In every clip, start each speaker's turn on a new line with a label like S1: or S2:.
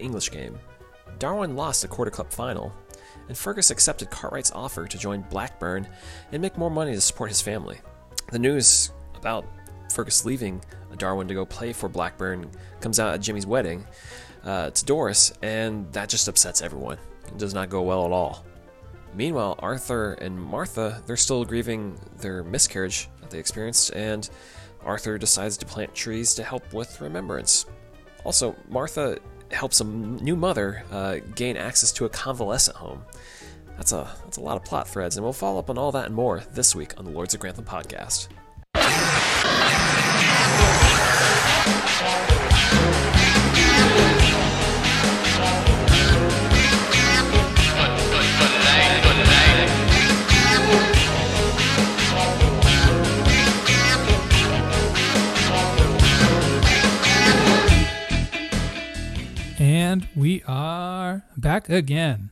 S1: English game. Darwin lost the Quarter Cup final, and Fergus accepted Cartwright's offer to join Blackburn and make more money to support his family. The news about Fergus leaving Darwin to go play for Blackburn comes out at Jimmy's wedding uh, to Doris, and that just upsets everyone. It does not go well at all. Meanwhile, Arthur and Martha, they're still grieving their miscarriage that they experienced, and Arthur decides to plant trees to help with remembrance. Also, Martha helps a m- new mother uh, gain access to a convalescent home. That's a that's a lot of plot threads, and we'll follow up on all that and more this week on the Lords of Grantham podcast.
S2: And we are back again.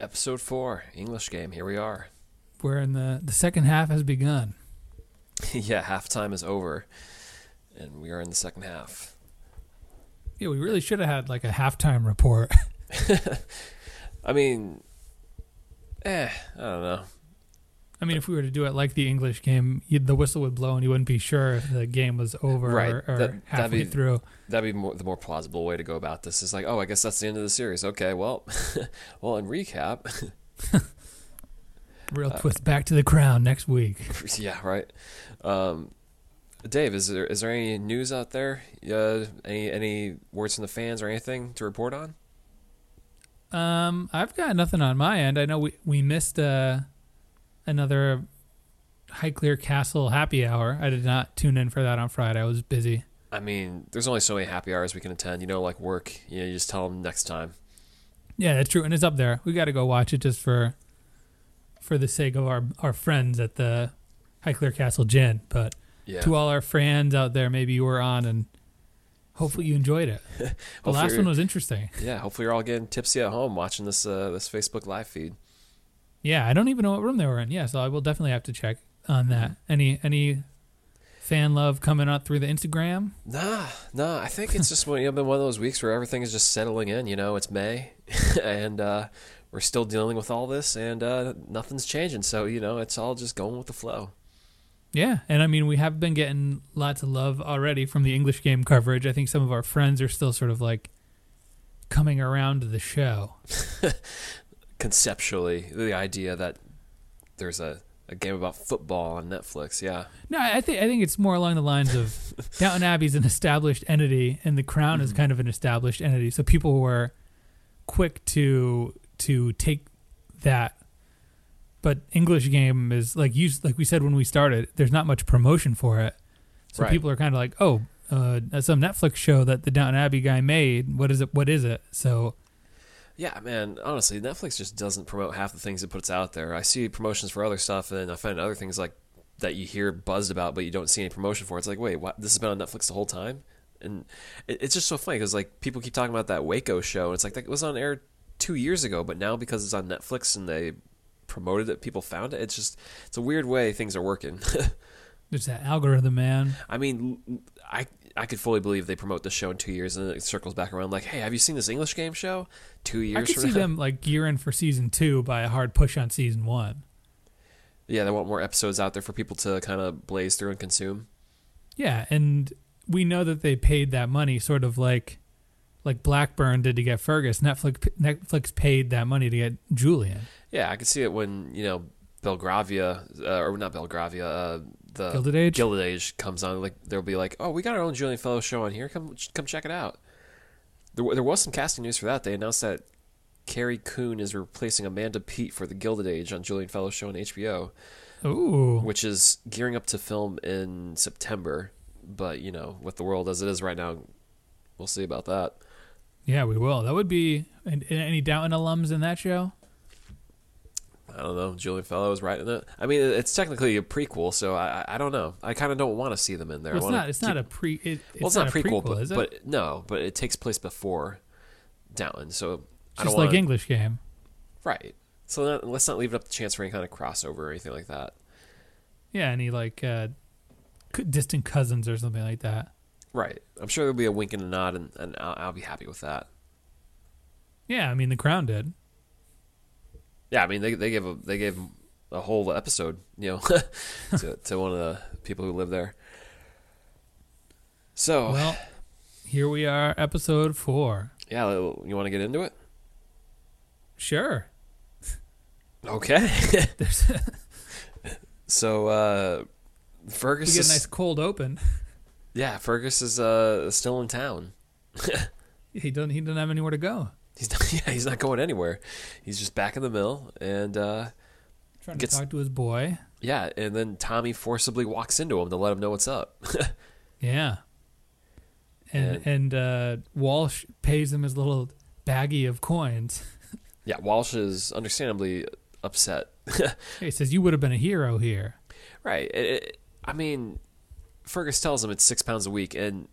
S1: Episode four, English game. Here we are.
S2: We're in the the second half has begun.
S1: yeah, halftime is over, and we are in the second half.
S2: Yeah, we really should have had like a halftime report.
S1: I mean, eh, I don't know.
S2: I mean, if we were to do it like the English game, you'd, the whistle would blow and you wouldn't be sure if the game was over
S1: Right,
S2: or, or
S1: that- that'd
S2: halfway
S1: be-
S2: through.
S1: That'd be more, the more plausible way to go about this. Is like, oh, I guess that's the end of the series. Okay, well, well, in recap, uh,
S2: Real twist back to the crown next week.
S1: yeah, right. Um, Dave, is there is there any news out there? Uh, any any words from the fans or anything to report on?
S2: Um, I've got nothing on my end. I know we we missed uh, another Highclere Castle happy hour. I did not tune in for that on Friday. I was busy.
S1: I mean, there's only so many happy hours we can attend. You know, like work. You know, you just tell them next time.
S2: Yeah, that's true, and it's up there. We got to go watch it just for for the sake of our our friends at the Highclere Castle Gin. But
S1: Yeah.
S2: to uh, all our friends out there, maybe you were on and. Hopefully you enjoyed it. The
S1: Hopefully
S2: last
S1: you're-
S2: one was interesting.
S1: Yeah, hopefully you're all getting tipsy at home watching this uh, this Facebook live feed.
S2: Yeah, I don't even know what room they were in. Yeah, so I will definitely have to check on that.
S1: Mm-hmm.
S2: Any any fan love coming out through the Instagram?
S1: Nah, nah. I think it's just one, you know, been one of those weeks where everything is just settling in. You know, it's May, and uh, we're still dealing with all this, and uh, nothing's changing. So you know, it's all just going with the flow.
S2: Yeah, and I mean we have been getting lots of love already from the English game coverage. I think some of our friends are still sort of like coming around to the show.
S1: Conceptually, the idea that there's a, a game about football on Netflix. Yeah,
S2: No, I think I think it's more along the lines of Downton Abbey's an established entity, and the Crown is kind of an established entity. So people were quick to to take that, but English game is like you like we said when we started. There's not much promotion for it, so
S1: Right.
S2: people are kind of like, oh, uh, that's some Netflix show that the Downton Abbey guy made. What is it? What is it? So
S1: yeah, man. Honestly, Netflix just doesn't promote half the things it puts out there. I see promotions for other stuff, and I find other things like that you hear buzzed about, but you don't see any promotion for. It's like, wait, what? This has been on Netflix the whole time, and it, it's just so funny because like people keep talking about that Waco show. And it's like that was on air two years ago, but now because it's on Netflix and they promoted it, people found it. It's just it's a weird way things are working.
S2: there's that algorithm, man.
S1: I mean, l- l- I I could fully believe they promote this show in two years and then it circles back around like, hey, have you seen this English game show? Two years.
S2: I could
S1: from
S2: see
S1: now.
S2: them like gearing for season two by a hard push on season one.
S1: Yeah, they want more episodes out there for people to kind of blaze through and consume.
S2: Yeah, and we know that they paid that money, sort of like like Blackburn did to get Fergus. Netflix Netflix paid that money to get Julian
S1: Yeah, I could see it when you know Belgravia uh, or not Belgravia, uh, the
S2: Gilded Age.
S1: Gilded Age comes on. Like they'll be like, oh, we got our own Julian Fellow show on here. Come come check it out. There, wa- there was some casting news for that. They announced that Carrie Coon is replacing Amanda Pete for the Gilded Age on Julian Fellow show on HBO.
S2: Ooh,
S1: which is gearing up to film in September. But you know, with the world as it is right now, we'll see about that.
S2: yeah, we will. That would be and, and any Downton alums in that show.
S1: I don't know. Julian Fellow is writing it. I mean, it's technically a prequel, so I I- I don't know. I kind of don't want to see them in there.
S2: Well, it's
S1: I wanna
S2: not. It's not a pre. It, it's,
S1: well, it's
S2: not,
S1: not,
S2: a
S1: prequel,
S2: prequel,
S1: but,
S2: is it?
S1: but no, but it takes place before Downton, so I
S2: Just
S1: don't
S2: like
S1: wanna,
S2: English game.
S1: right. So not, let's not leave it up to chance for any kind of crossover or anything like that.
S2: Yeah, any like uh, c- distant cousins or something like that.
S1: Right. I'm sure there'll be a wink and a nod, and, and I'll, I'll be happy with that.
S2: Yeah, I mean, the Crown did.
S1: Yeah, I mean they they gave a they gave a whole episode, you know, to to one of the people who live there. So
S2: Well, here we are, episode four.
S1: yeah, you want to get into it?
S2: Sure.
S1: Okay.
S2: There's we
S1: so uh,
S2: get
S1: Fergus
S2: a
S1: is
S2: nice cold open.
S1: yeah Fergus is uh, still in town.
S2: He doesn't. He doesn't have anywhere to go.
S1: He's not, yeah he's not going anywhere. He's just back in the mill and uh,
S2: Trying
S1: Gets-
S2: to talk to his boy.
S1: yeah and then Tommy forcibly walks into him to let him know what's up.
S2: Yeah. And and uh, Walsh pays him his little baggie of coins.
S1: yeah, Walsh is understandably upset
S2: He says, "You would have been a hero here."
S1: Right. It, it, I mean, Fergus tells him it's six pounds a week, and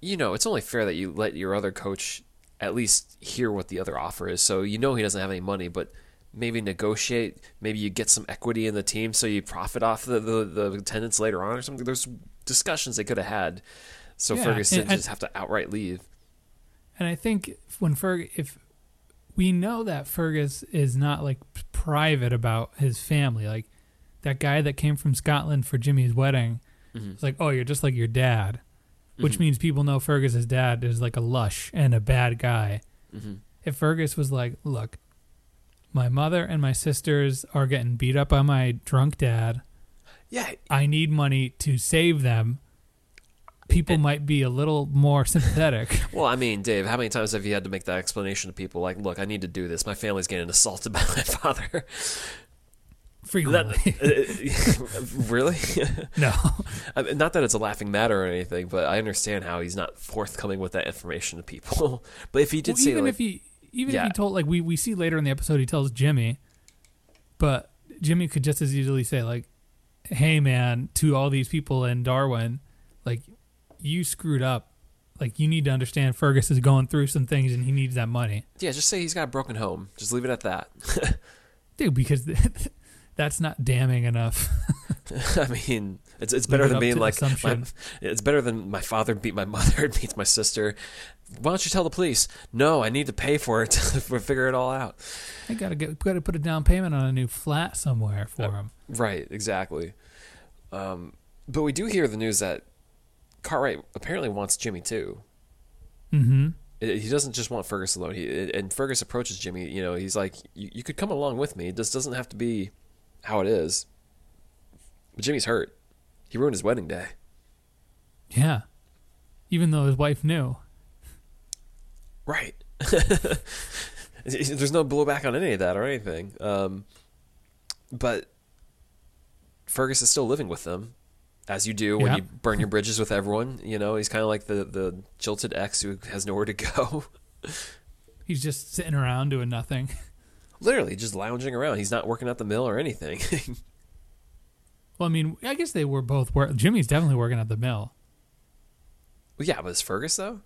S1: you know it's only fair that you let your other coach at least hear what the other offer is. So you know he doesn't have any money, but maybe negotiate. Maybe you get some equity in the team, so you profit off the the, the attendance later on or something. There's discussions they could have had. So
S2: Yeah,
S1: Fergus
S2: and-
S1: didn't just have to outright leave.
S2: And I think when Ferg, if we know that Fergus is not like p- private about his family, like that guy that came from Scotland for Jimmy's wedding,
S1: Mhm.
S2: it's like, oh, you're just like your dad, which means people know Fergus's dad is like a lush and a bad guy.
S1: Mhm.
S2: If Fergus was like, look, my mother and my sisters are getting beat up by my drunk dad.
S1: Yeah,
S2: I need money to save them. People might be a little more sympathetic.
S1: Well, I mean, Dave, how many times have you had to make that explanation to people? Like, look, I need to do this. My family's getting assaulted by my father.
S2: Frequently.
S1: That, uh, really?
S2: no.
S1: I mean, not that it's a laughing matter or anything, but I understand how he's not forthcoming with that information to people. but if he did
S2: Well,
S1: say,
S2: even
S1: like,
S2: if he even if
S1: Yeah.
S2: he told like we we see later in the episode he tells Jimmy, but Jimmy could just as easily say like, "Hey man," to all these people in Darwin, like you screwed up. Like you need to understand Fergus is going through some things and he needs that money,
S1: yeah, just say he's got a broken home. Just leave it at that.
S2: dude. Because that's not damning enough.
S1: I mean, it's it's
S2: Leave
S1: better
S2: it
S1: than
S2: up to
S1: being
S2: the
S1: like, my,
S2: assumption.
S1: it's better than my father beat my mother and beats my sister. Why don't you tell the police? No, I need to pay for it to figure it all out.
S2: I gotta get gotta put a down payment on a new flat somewhere for him.
S1: Right, exactly. Um, but we do hear the news that Cartwright apparently wants Jimmy too.
S2: Mm-hmm.
S1: It- He doesn't just want Fergus alone. He it- and Fergus approaches Jimmy. You know, he's like, "You you could come along with me. This doesn't have to be how it is." But Jimmy's hurt. He ruined his wedding day.
S2: Yeah. Even though his wife knew.
S1: Right. There's no blowback on any of that or anything. Um, but Fergus is still living with them, as you do when
S2: Yeah.
S1: you burn your bridges with everyone. You know, he's kind of like the, the jilted ex who has nowhere to go.
S2: He's just sitting around doing nothing.
S1: Literally, just lounging around. He's not working at the mill or anything.
S2: Well, I mean, I guess they were both work. Jimmy's definitely working at the mill.
S1: well, yeah, but is Fergus, though?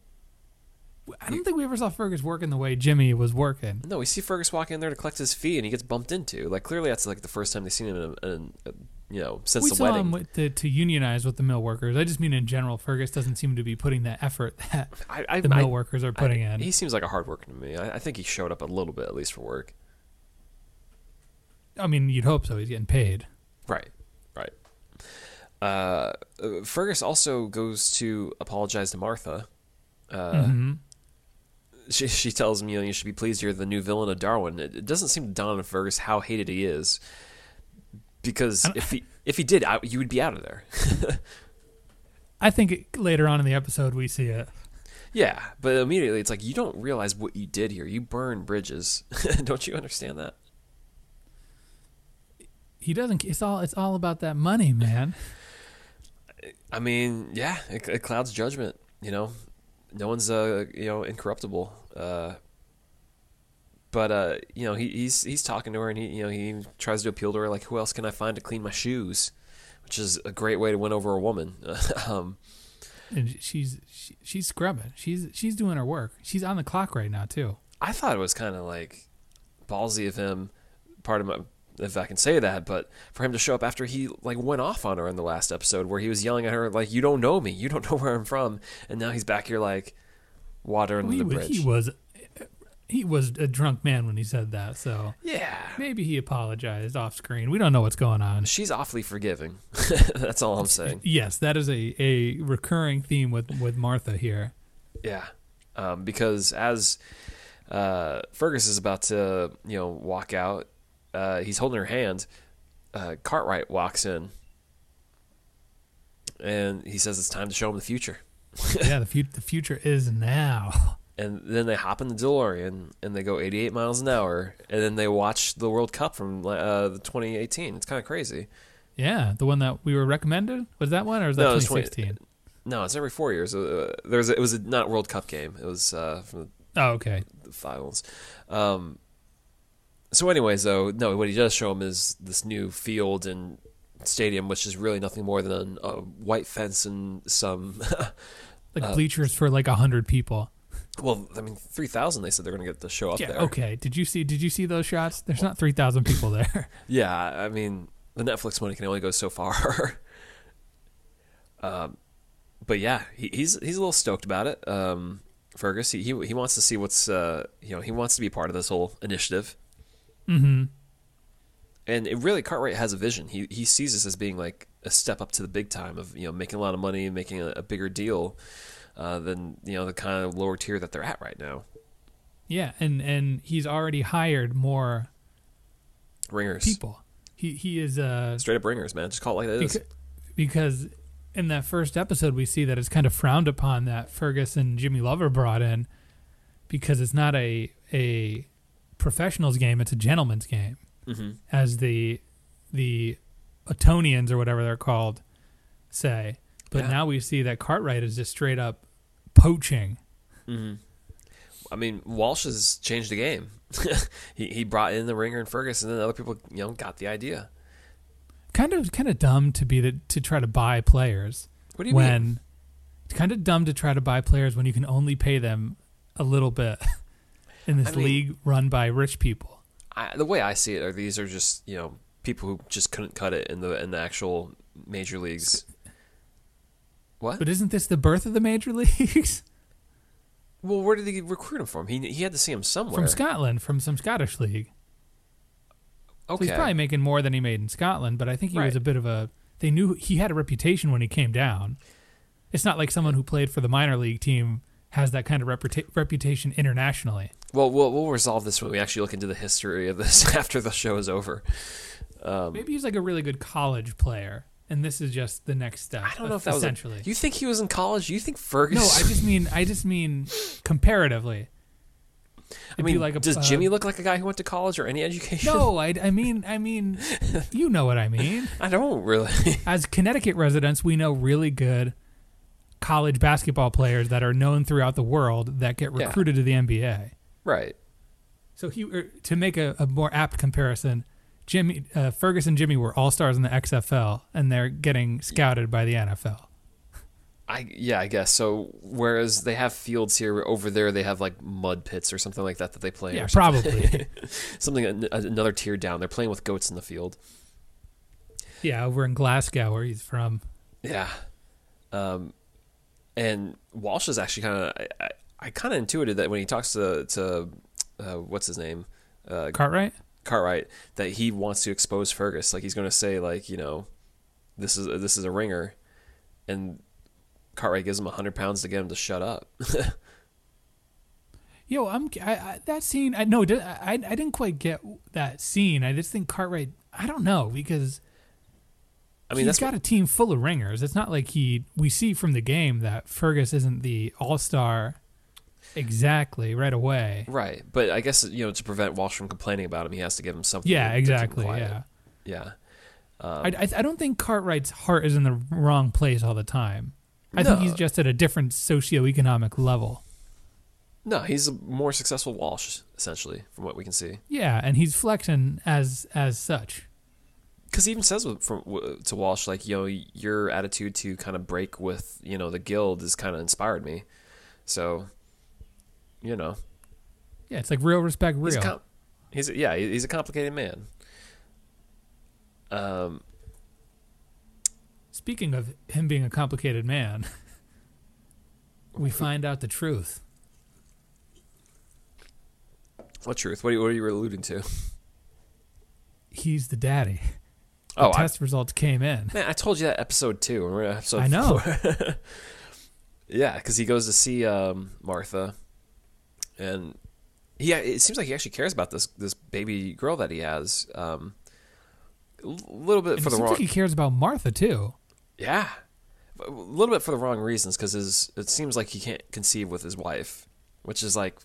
S2: I don't think we ever saw Fergus working the way Jimmy was working.
S1: No, we see Fergus walk in there to collect his fee, and he gets bumped into. Like, clearly, that's like the first time they've seen him in, a, in a, you know, since
S2: we
S1: the
S2: saw
S1: wedding.
S2: him with the, to unionize with the mill workers. I just mean in general, Fergus doesn't seem to be putting the effort that
S1: I, I,
S2: the
S1: I-
S2: mill workers are putting
S1: I-
S2: in.
S1: He seems like a hard worker to me. I, I think he showed up a little bit, at least for work.
S2: I mean, you'd hope so. He's getting paid.
S1: Right, right. Uh, uh, Fergus also goes to apologize to Martha. Uh,
S2: hmm
S1: she, she tells him, you know, you should be pleased you're the new villain of Darwin. It, it doesn't seem to dawn on Fergus how hated he is, because if he if he did, I, you would be out of there.
S2: I think it, later on in the episode we see it.
S1: Yeah, but immediately it's like you don't realize what you did here. You burn bridges. don't you understand that?
S2: He doesn't. It's all. It's all about that money, man.
S1: I mean, yeah, it, it clouds judgment. You know, no one's uh you know incorruptible. Uh, but uh, you know, he, he's he's talking to her, and he you know he tries to appeal to her like, who else can I find to clean my shoes? Which is a great way to win over a woman. um,
S2: And she's she, she's scrubbing. She's she's doing her work. She's on the clock right now too.
S1: I thought it was kind of like ballsy of him. Part of my if I can say that, but for him to show up after he like went off on her in the last episode where he was yelling at her like, "You don't know me. You don't know where I'm from," and now he's back here like watering
S2: he,
S1: the
S2: was,
S1: bridge.
S2: he was he was a drunk man when he said that, so
S1: Yeah.
S2: maybe he apologized off screen. We don't know what's going on.
S1: She's awfully forgiving. That's all I'm saying.
S2: Yes, that is a, a recurring theme with, with Martha here.
S1: Yeah, um, because as uh, Fergus is about to, you know, walk out, uh, he's holding her hand. Uh, Cartwright walks in, and he says it's time to show him the future.
S2: yeah, the, fut the future is now.
S1: And then they hop in the DeLorean and they go 88 miles an hour, and then they watch the World Cup from uh, the 2018. It's kind of crazy.
S2: Yeah, the one that we were recommended was that one, or was that
S1: No, it was
S2: 2016?
S1: No, it's every four years. Uh, there's a, it was a, not World Cup game. It was uh, from the
S2: Oh, okay.
S1: the files. Um, so, anyways, though, no, what he does show him is this new field and stadium, which is really nothing more than a white fence and some.
S2: Like
S1: Uh,
S2: bleachers for like hundred people.
S1: well, I mean, three thousand. They said they're going to get the show up
S2: Yeah.
S1: there.
S2: Okay. Did you see? Did you see those shots? There's not three thousand people there.
S1: Yeah, I mean, the Netflix money can only go so far. um, but yeah, he, he's he's a little stoked about it. Um, Fergus, he, he he wants to see what's uh, you know he wants to be part of this whole initiative.
S2: mm-hmm.
S1: and it really Cartwright has a vision. He he sees this as being like a step up to the big time of you know making a lot of money and making a, a bigger deal uh, than you know the kind of lower tier that they're at right now.
S2: Yeah, and and he's already hired more
S1: Ringers,
S2: people. He he is uh
S1: straight up ringers, man. Just call it like it is.
S2: because, because in that first episode we see that it's kind of frowned upon that Fergus and Jimmy Lover brought in because it's not a a professionals game, it's a gentleman's game.
S1: Mhm.
S2: As the the Etonians or whatever they're called say. But
S1: Yeah.
S2: now we see that Cartwright is just straight up poaching.
S1: Mm-hmm. I mean, Walsh has changed the game. he he brought in the ringer and Fergus, and then other people you know got the idea.
S2: Kind of kind of dumb to be the, to try to buy players.
S1: What do you
S2: when
S1: mean?
S2: it's kind of dumb to try to buy players when you can only pay them a little bit in this
S1: I mean-
S2: league run by rich people.
S1: I, the way I see it, are these are just you know people who just couldn't cut it in the in the actual major leagues. What?
S2: But isn't this the birth of the major leagues?
S1: Well, where did they recruit him from? He he had to see him somewhere.
S2: from Scotland, from some Scottish league. So
S1: Okay.
S2: he's probably making more than he made in Scotland, but I think he
S1: Right.
S2: was a bit of a they knew he had a reputation when he came down. It's not like someone who played for the minor league team has that kind of reputa- reputation internationally.
S1: Well, we'll we'll resolve this when we actually look into the history of this after the show is over. Um,
S2: Maybe he's like a really good college player, and this is just the next step.
S1: I don't know if that was a-
S2: essentially.
S1: you think he was in college? You think
S2: No, I
S1: Fergus?
S2: just mean I just mean comparatively. It'd
S1: I
S2: be
S1: mean,
S2: a-
S1: does
S2: uh,
S1: Jimmy look like a guy who went to college or any education?
S2: No, I, I mean I mean you know what I mean.
S1: I don't really.
S2: As Connecticut residents, we know really good college basketball players that are known throughout the world that get
S1: Yeah.
S2: recruited to the NBA.
S1: right.
S2: So he er, to make a, a more apt comparison, Jimmy uh, Fergus and Jimmy were all stars in the XFL, and they're getting scouted by the NFL.
S1: I yeah, I guess so. Whereas they have fields here over there, they have like mud pits or something like that that they play. in
S2: Yeah,
S1: or
S2: probably.
S1: something an- another tier down. They're playing with goats in the field.
S2: yeah, over in Glasgow, where he's from.
S1: Yeah. Um, and Walsh is actually kind of I, I, I kind of intuited that when he talks to to uh, what's his name uh,
S2: Cartwright.
S1: Cartwright that he wants to expose Fergus. Like he's going to say like you know, this is this is a ringer, and Cartwright gives him a hundred pounds to get him to shut up.
S2: Yo, I'm I, I, that scene. I no, di- I I didn't quite get that scene. I just think Cartwright. I don't know because
S1: I mean
S2: he's
S1: that's
S2: got a team full of ringers. It's not like he. We see from the game that Fergus isn't the all star exactly right away.
S1: right, but I guess you know to prevent Walsh from complaining about him, he has to give him something. to
S2: Yeah,
S1: keep him
S2: exactly.
S1: quiet. Um,
S2: Yeah,
S1: yeah.
S2: I, I I don't think Cartwright's heart is in the wrong place all the time. I
S1: No.
S2: think he's just at a different socioeconomic level.
S1: No, he's a more successful Walsh essentially, from what we can see.
S2: Yeah, and he's flexing as as such.
S1: because he even says with- from w- to Walsh like, "Yo, your attitude to kind of break with you know the guild has kind of inspired me." So, you know,
S2: Yeah, it's like real respect, real.
S1: he's a com- he's a- yeah, he- he's a complicated man. Um,
S2: Speaking of him being a complicated man, we find out the truth.
S1: What truth? What are you, what are you alluding to?
S2: He's the daddy. The
S1: Oh, I,
S2: test results came in.
S1: man, I told you that episode two. and We're at episode
S2: I know.
S1: four. yeah, because he goes to see um, Martha, and he it seems like he actually cares about this this baby girl that he has. Um, a little bit
S2: And
S1: for the
S2: it seems
S1: wrong.
S2: like he cares about Martha too.
S1: Yeah, a little bit for the wrong reasons because it seems like he can't conceive with his wife, which is like,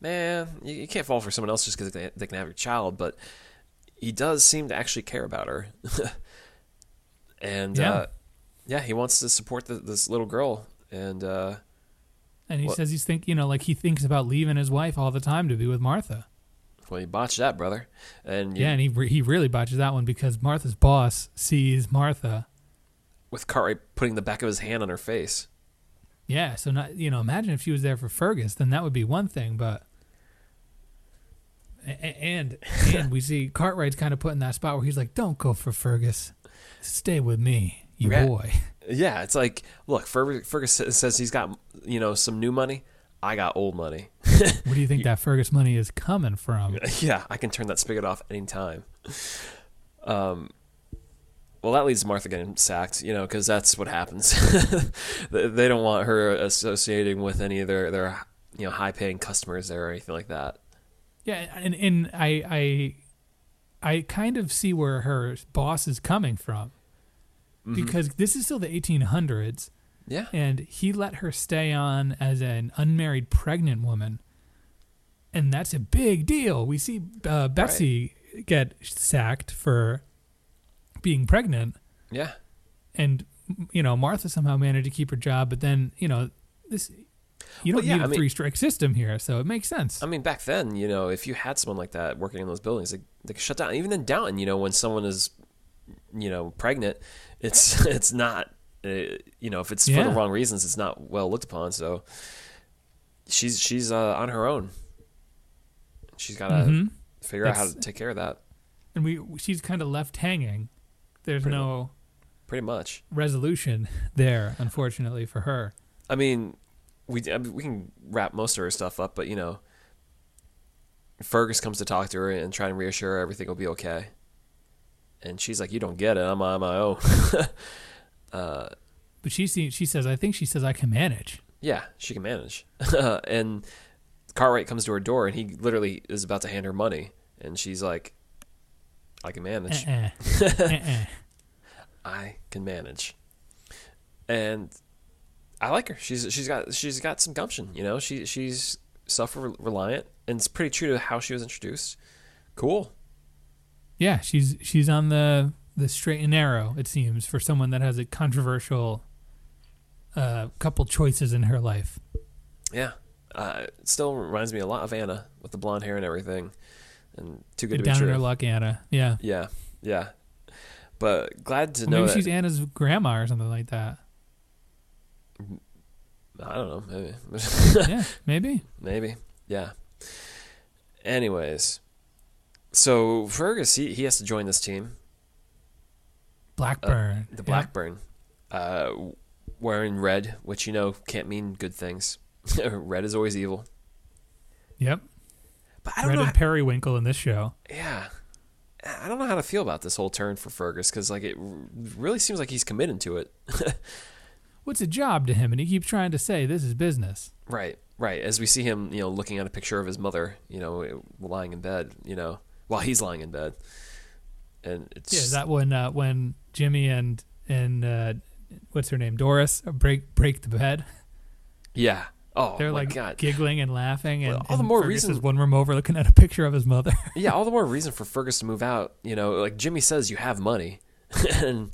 S1: man, you, you can't fall for someone else just because they, they can have your child. But he does seem to actually care about her, and yeah.
S2: Yeah.
S1: Uh, yeah, he wants to support the, this little girl, and uh,
S2: And he
S1: What-
S2: says he's think you know, like he thinks about leaving his wife all the time to be with Martha.
S1: well, you botched that, brother, and you,
S2: Yeah, and he re- he really botches that one because Martha's boss sees Martha.
S1: with Cartwright putting the back of his hand on her face.
S2: Yeah, so not you know, imagine if she was there for Fergus, then that would be one thing, but a- a- and and we see Cartwright's kind of put in that spot where he's like, "Don't go for Fergus, stay with me, you
S1: Yeah.
S2: boy."
S1: Yeah, it's like, look, Fer- Fergus says he's got you know some new money. I got old money.
S2: Where do you think that Fergus money is coming from?
S1: yeah, I can turn that spigot off anytime. Um, well, that leads to Martha getting sacked, you know, because that's what happens. they they don't want her associating with any of their, their you know, high paying customers there or anything like that.
S2: Yeah, and and I I I kind of see where her boss is coming from because this is still the 1800s,
S1: Yeah.
S2: and he let her stay on as an unmarried pregnant woman, and that's a big deal. We see uh, Betsy get sacked for being pregnant,
S1: Yeah.
S2: and you know Martha somehow managed to keep her job, but then you know this. You
S1: Well,
S2: don't
S1: yeah,
S2: need a
S1: I mean-
S2: three strike system here, so it makes sense.
S1: I mean, back then, you know, if you had someone like that working in those buildings, they, they could shut down. Even in Downton, you know, when someone is, you know, pregnant, it's it's not, uh, you know, if it's for the
S2: Yeah.
S1: wrong reasons, it's not well looked upon. So she's she's uh, on her own. She's got to
S2: Mhm.
S1: figure out how
S2: That's-
S1: to take care of that.
S2: and we she's kind of left hanging. There's
S1: Pretty
S2: no
S1: Pretty much.
S2: resolution there, unfortunately for her.
S1: I mean, we I mean, we can wrap most of her stuff up, but you know, Fergus comes to talk to her and try and reassure her everything will be okay. And she's like, "You don't get it. I'm on my own."
S2: But she seems, she says, I think she says I can manage.
S1: yeah, she can manage. and Cartwright comes to her door, and he literally is about to hand her money, and she's like, "I can manage.
S2: Uh-uh. Uh-uh.
S1: I can manage." And I like her. She's she's got she's got some gumption. You know, she she's self reliant, and it's pretty true to how she was introduced. Cool.
S2: Yeah, she's she's on the the straight and narrow. It seems for someone that has a controversial uh, couple choices in her life.
S1: Yeah. Uh, it still reminds me a lot of Anna with the blonde hair and everything, and too good to
S2: And
S1: be
S2: down in
S1: true.
S2: her luck, Anna. Yeah,
S1: Yeah, yeah. But glad to
S2: Or
S1: know
S2: maybe
S1: that,
S2: she's Anna's grandma or something like that.
S1: I don't know. Maybe.
S2: yeah, maybe.
S1: maybe. Yeah. Anyways, so Fergus he, he has to join this team,
S2: Blackburn.
S1: the
S2: Yeah.
S1: Blackburn, uh, wearing red, which you know can't mean good things. red is always evil.
S2: Yep.
S1: But I don't
S2: Red
S1: know.
S2: and periwinkle in this show.
S1: yeah. I don't know how to feel about this whole turn for Fergus because like it r- really seems like he's committing to it.
S2: What's a job to him? And he keeps trying to say this is business.
S1: Right, right. As we see him, you know, looking at a picture of his mother, you know, lying in bed, you know, while he's lying in bed, and it's
S2: Yeah, is that when uh, when Jimmy and and uh, what's her name Doris break break the bed?
S1: yeah. Oh
S2: They're
S1: my
S2: like
S1: god,
S2: giggling and laughing, and
S1: Well, all the
S2: and
S1: more
S2: Fergus
S1: reason-
S2: is one room over looking at a picture of his mother.
S1: yeah. All the more reason for Fergus to move out. You know, like Jimmy says, you have money, and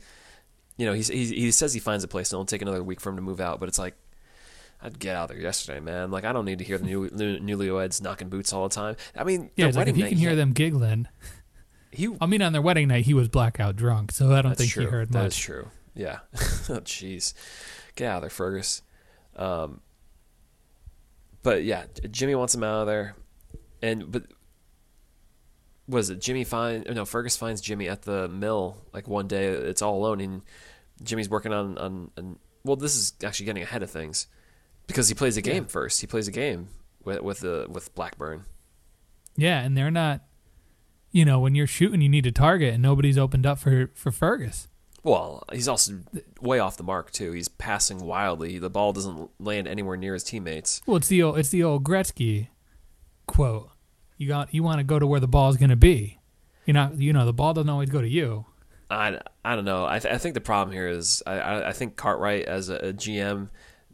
S1: you know, he's, he he says he finds a place, and it'll take another week for him to move out. But it's like, I'd get out of there yesterday, man. Like I don't need to hear the new, new newlyweds knocking boots all the time. I mean,
S2: yeah,
S1: their
S2: it's like,
S1: wedding
S2: if he
S1: night,
S2: can hear
S1: he-
S2: them giggling.
S1: He
S2: I mean, on their wedding night, he was blackout drunk, so I don't think
S1: true.
S2: he heard
S1: That
S2: much.
S1: is true. Yeah. Oh, Jeez. Get out of there, Fergus. Um, but yeah, J- Jimmy wants him out of there, and but was it Jimmy find? No, Fergus finds Jimmy at the mill like one day. It's all alone, and Jimmy's working on on. on well, this is actually getting ahead of things because he plays a game first. He plays a game with with the with Blackburn,
S2: Yeah, and they're not. You know, when you're shooting, you need a target, and nobody's opened up for for Fergus.
S1: Well, he's also way off the mark too. He's passing wildly. The ball doesn't land anywhere near his teammates.
S2: Well, it's the old it's the old Gretzky quote. You got you want to go to where the ball's going to be. You know, you know the ball doesn't always go to you.
S1: I, I don't know. I, th- I think the problem here is I, I, I think Cartwright as a, a GM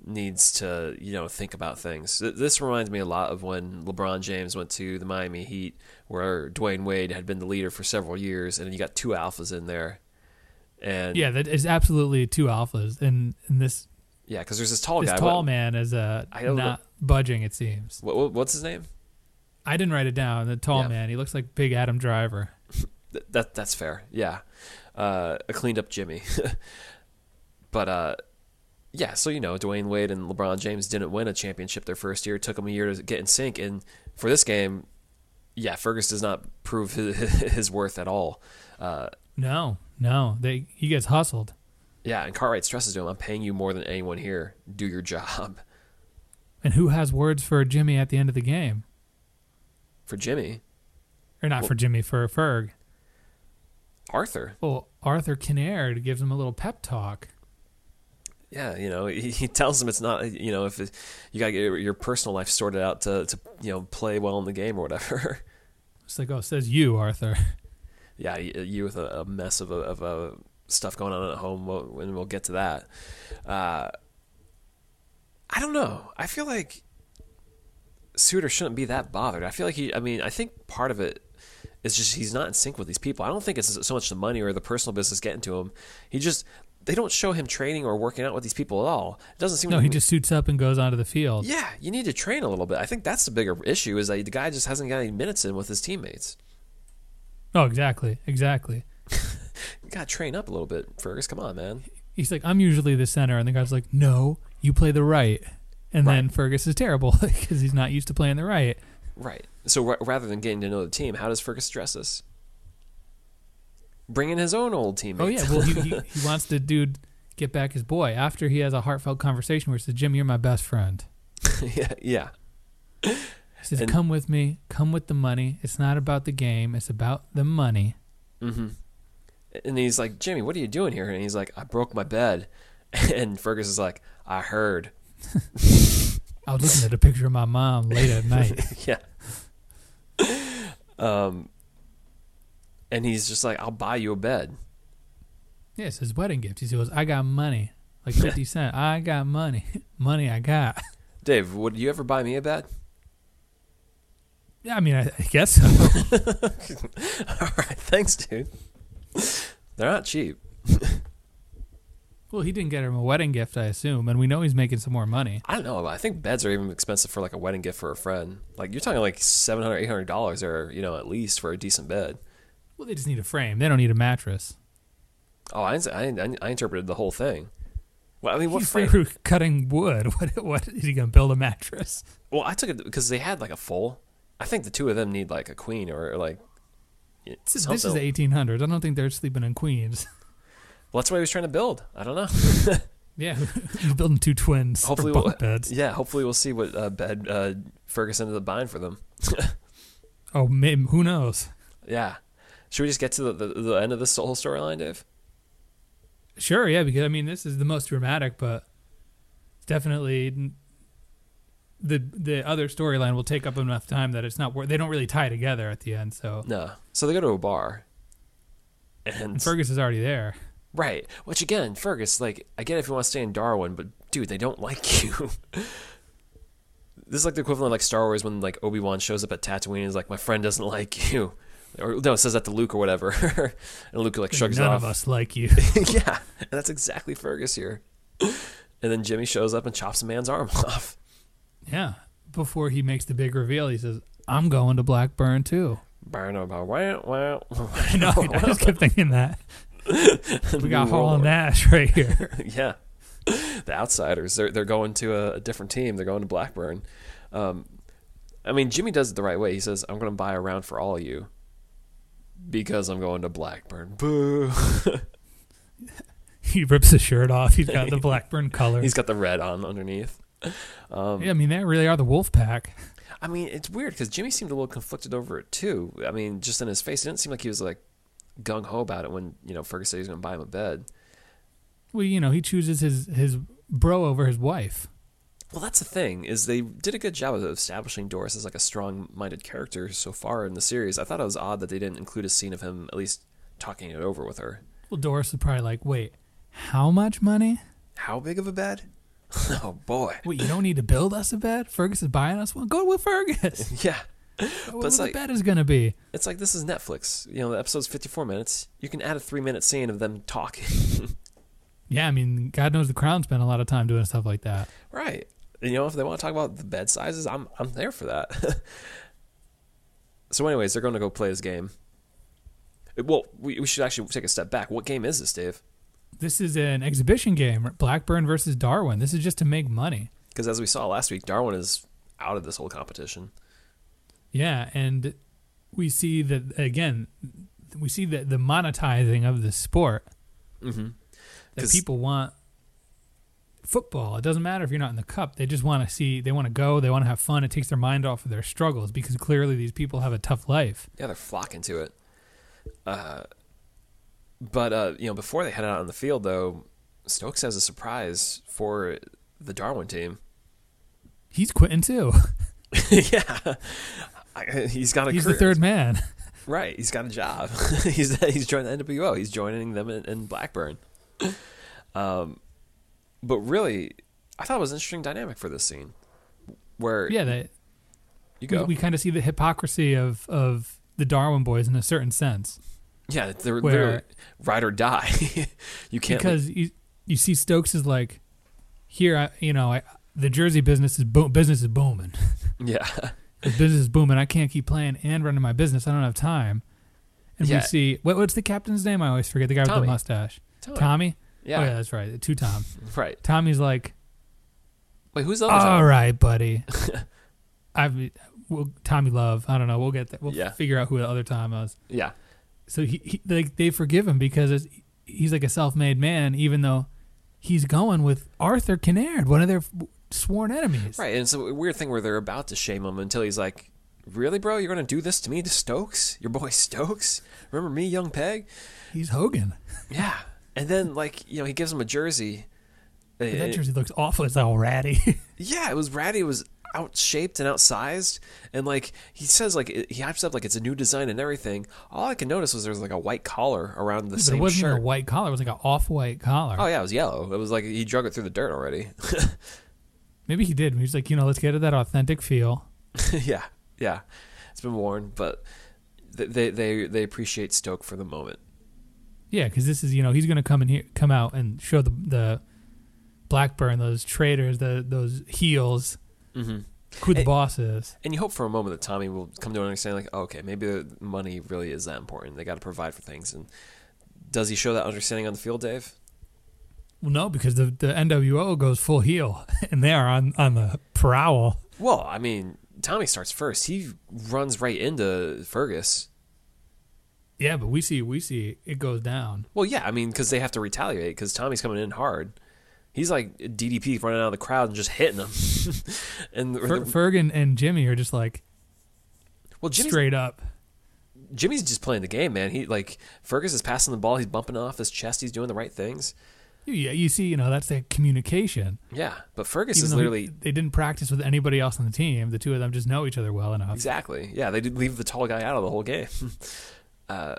S1: needs to you know think about things. Th- This reminds me a lot of when LeBron James went to the Miami Heat, where Dwayne Wade had been the leader for several years, and you got two alphas in there. And
S2: Yeah, that is absolutely two alphas, and and this
S1: yeah, because there's this tall
S2: this
S1: guy.
S2: tall
S1: Oh, what,
S2: man is uh,
S1: I don't know.
S2: not budging. It seems
S1: what- what- what's his name?
S2: I didn't write it down. The tall
S1: Yeah.
S2: man, he looks like Big Adam Driver.
S1: Th- that that's fair. Yeah, uh, a cleaned up Jimmy. but uh, yeah, so you know, Dwayne Wade and LeBron James didn't win a championship their first year. It took them a year to get in sync. And for this game, yeah, Fergus does not prove his, his worth at all. Uh,
S2: No, no, they he gets hustled.
S1: yeah, and Cartwright stresses to him, "I'm paying you more than anyone here. Do your job."
S2: And who has words for Jimmy at the end of the game?
S1: For Jimmy,
S2: Or not for Jimmy, for Ferg.
S1: Arthur,
S2: Well, Arthur Kinnaird gives him a little pep talk.
S1: yeah, you know, he, he tells him it's not, you know, if it, you got to get your your personal life sorted out to, to, you know, play well in the game or whatever.
S2: It's like, oh, it says you, Arthur.
S1: yeah, y- you with a, a mess of a, of a stuff going on at home, we'll- and we'll get to that. Uh, I don't know. I feel like Suter shouldn't be that bothered. I feel like he. I mean, I think part of it is just he's not in sync with these people. I don't think it's so much the money or the personal business getting to him. He just they don't show him training or working out with these people at all. It doesn't seem.
S2: No,
S1: to
S2: he
S1: me-
S2: just suits up and goes onto the field.
S1: Yeah, you need to train a little bit. I think that's the bigger issue is that the guy just hasn't got any minutes in with his teammates.
S2: Oh, exactly, exactly.
S1: You got to train up a little bit, Fergus. Come on, man.
S2: He's like, I'm usually the center, and the guy's like, No, you play the right. And then Fergus is terrible because he's not used to playing the right.
S1: Right. So ra- rather than getting to know the team, how does Fergus address this? Bring in his own old teammates.
S2: Oh yeah, well he, he, he wants the dude get back his boy after he has a heartfelt conversation where he says, "Jim, you're my best friend."
S1: yeah, yeah.
S2: He says,
S1: And-
S2: "Come with me. Come with the money. It's not about the game. It's about the money." Mm-hmm.
S1: And he's like, Jimmy, what are you doing here? And he's like, I broke my bed. And Fergus is like, I heard.
S2: I was looking at a picture of my mom late at night.
S1: yeah. um. And he's just like, I'll buy you a bed.
S2: Yeah, it's his wedding gift. He says, "I got money, like fifty cent. I got money, money I got."
S1: Dave, would you ever buy me a bed?
S2: Yeah, I mean, I, I guess so.
S1: All right, thanks, dude. They're not cheap.
S2: well, he didn't get him a wedding gift, I assume, and we know he's making some more money.
S1: I don't know. I think beds are even expensive for like a wedding gift for a friend. Like you're talking like seven hundred, eight hundred dollars, or you know, at least for a decent bed.
S2: Well, they just need a frame. They don't need a mattress.
S1: Oh, I, I, I interpreted the whole thing. Well, I mean, what
S2: He's
S1: frame?
S2: there cutting wood. What? What is he gonna build a mattress?
S1: Well, I took it because they had like a full. I think the two of them need like a queen or like.
S2: This,
S1: something.
S2: this is the 1800s. I don't think they're sleeping in Queens.
S1: well, that's what he was trying to build. I don't know.
S2: Yeah, you're building two twins
S1: Hopefully,
S2: for
S1: we'll,
S2: bunk beds.
S1: yeah. Hopefully, we'll see what uh, bed uh, Fergus ended up buying for them.
S2: Oh, maybe, who knows?
S1: Yeah. Should we just get to the, the, the end of this whole storyline, Dave?
S2: Sure, yeah, because I mean, this is the most dramatic, but it's definitely n- the the other storyline will take up enough time that it's not. wor- They don't really tie together at the end, so
S1: No. So they go to a bar. And,
S2: and Fergus is already there.
S1: Right. Which again, Fergus, like, I get if you want to stay in Darwin, but dude, they don't like you. this is like the equivalent of like Star Wars when like Obi Wan shows up at Tatooine and is like, My friend doesn't like you. Or no, it says that to Luke or whatever. and Luke like shrugs
S2: None
S1: it
S2: of
S1: off.
S2: us like you.
S1: yeah. And that's exactly Fergus here. and then Jimmy shows up and chops a man's arm off.
S2: yeah, before he makes the big reveal, he says, "I'm going to Blackburn too." I know. I just kept thinking that we got Hall and Nash right here.
S1: yeah. The outsiders. They're they're going to a, a different team. They're going to Blackburn. Um, I mean, Jimmy does it the right way. He says, "I'm going to buy a round for all of you because I'm going to Blackburn." Boo!
S2: he rips his shirt off. He's got the Blackburn colors.
S1: He's got the red on underneath.
S2: yeah, I mean, they really are the wolf pack.
S1: I mean, it's weird because Jimmy seemed a little conflicted over it too. I mean, just in his face, it didn't seem like he was like gung ho about it when you know Fergus said he was going to buy him a bed.
S2: Well, you know, he chooses his his bro over his wife.
S1: Well, that's the thing is they did a good job of establishing Doris as like a strong-minded character so far in the series. I thought it was odd that they didn't include a scene of him at least talking it over with her.
S2: Well, Doris is probably like, wait, how much money?
S1: How big of a bed? oh boy.
S2: Wait, you don't need to build us a bed. Fergus is buying us one. Go with Fergus.
S1: Yeah.
S2: Go
S1: But
S2: with
S1: it's
S2: the
S1: like
S2: bed is gonna be.
S1: it's like this is Netflix. You know, the episode's 54 minutes. You can add a 3-minute scene of them talking.
S2: Yeah, I mean, God knows the Crown spent a lot of time doing stuff like that.
S1: right. You know, if they want to talk about the bed sizes, I'm I'm there for that. so anyways, they're going to go play this game. Uh, Well, we, we should actually take a step back. What game is this, Dave?
S2: This is an exhibition game, Blackburn versus Darwin. This is just to make money.
S1: Because as we saw last week, Darwin is out of this whole competition.
S2: Yeah, and we see that again. We see that the monetizing of the sport
S1: Mm-hmm.
S2: that
S1: 'Cause-
S2: people want football. It doesn't matter if you're not in the cup. They just want to see. They want to go. They want to have fun. It takes their mind off of their struggles because clearly these people have a tough life.
S1: Yeah, they're flocking to it. Uh, but uh, you know, before they head out on the field, though, Stokes has a surprise for the Darwin team.
S2: He's quitting too.
S1: yeah, I, he's got a
S2: He's the
S1: career.
S2: third man.
S1: right. He's got a job. he's he's joined the NWO. He's joining them in, in Blackburn. Um, but really, I thought it was an interesting dynamic for this scene, where
S2: Yeah, they,
S1: you
S2: we,
S1: go,
S2: we kind of see the hypocrisy of of the Darwin boys in a certain sense
S1: yeah, they're, they're
S2: Where-
S1: ride or die. you can't
S2: because you you see Stokes is like, here I you know I the Jersey business is boom business is booming.
S1: yeah.
S2: the business is booming. I can't keep playing and running my business. I don't have time. And
S1: Yeah.
S2: we see what, what's the captain's name? I always forget the guy with
S1: Tommy.
S2: the mustache.
S1: Tell him.
S2: Tommy.
S1: Yeah,
S2: Oh yeah, that's right. Two Tom.
S1: right.
S2: Tommy's like,
S1: Wait, who's the other?
S2: all
S1: Tommy?
S2: right, buddy. I've well, Tommy Love. I don't know. We'll get that. We'll
S1: Yeah.
S2: figure out who the other Tom was.
S1: Yeah,
S2: So he, he like they forgive him because it's, he's like a self-made man, even though he's going with Arthur Kinnaird, one of their sworn enemies.
S1: right. And it's a weird thing where they're about to shame him until he's like, "Really, bro? You're gonna do this to me, to Stokes, your boy Stokes? Remember me, young Peg?
S2: He's Hogan.
S1: Yeah." And then like you know he gives him a jersey.
S2: But
S1: Eh,
S2: that jersey looks awful. It's all ratty.
S1: yeah, it was ratty. It was out shaped and outsized, and like he says, like it- he hypes up like it's a new design and everything. All I could notice was there was like a white collar around the
S2: But it
S1: same
S2: wasn't
S1: shirt.
S2: even a white collar. It was like an off-white collar.
S1: oh yeah, it was yellow. It was like he drug it through the dirt already.
S2: Maybe he did. He was like, you know, let's get to that authentic feel.
S1: yeah, yeah, it's been worn, but th- they they they appreciate Stoke for the moment.
S2: Yeah, because this is, you know, he's going to come in here, come out and show the the Blackburn, those traitors, the those heels,
S1: Mm-hmm.
S2: who the
S1: Hey.
S2: boss is.
S1: And you hope for a moment that Tommy will come to an understanding, like, "Oh, okay, maybe the money really is that important. They got to provide for things. And does he show that understanding on the field, Dave?
S2: Well, no, because the the NWO goes full heel, and they are on on the prowl.
S1: Well, I mean, Tommy starts first. He runs right into Fergus.
S2: Yeah, but we see we see it goes down.
S1: Well, yeah, I mean, because they have to retaliate because Tommy's coming in hard. He's like DDP running out of the crowd and just hitting him. and the-
S2: Fer- Ferg and, and Jimmy are just like
S1: well, Jimmy's
S2: straight up.
S1: Jimmy's just playing the game, man. He like Fergus is passing the ball, he's bumping it off his chest, he's doing the right things.
S2: Yeah, you see, you know, that's that communication.
S1: Yeah, but Fergus
S2: Even
S1: is
S2: though
S1: literally
S2: they didn't practice with anybody else on the team. The two of them just know each other well enough.
S1: exactly. Yeah, they did leave the tall guy out of the whole game. uh,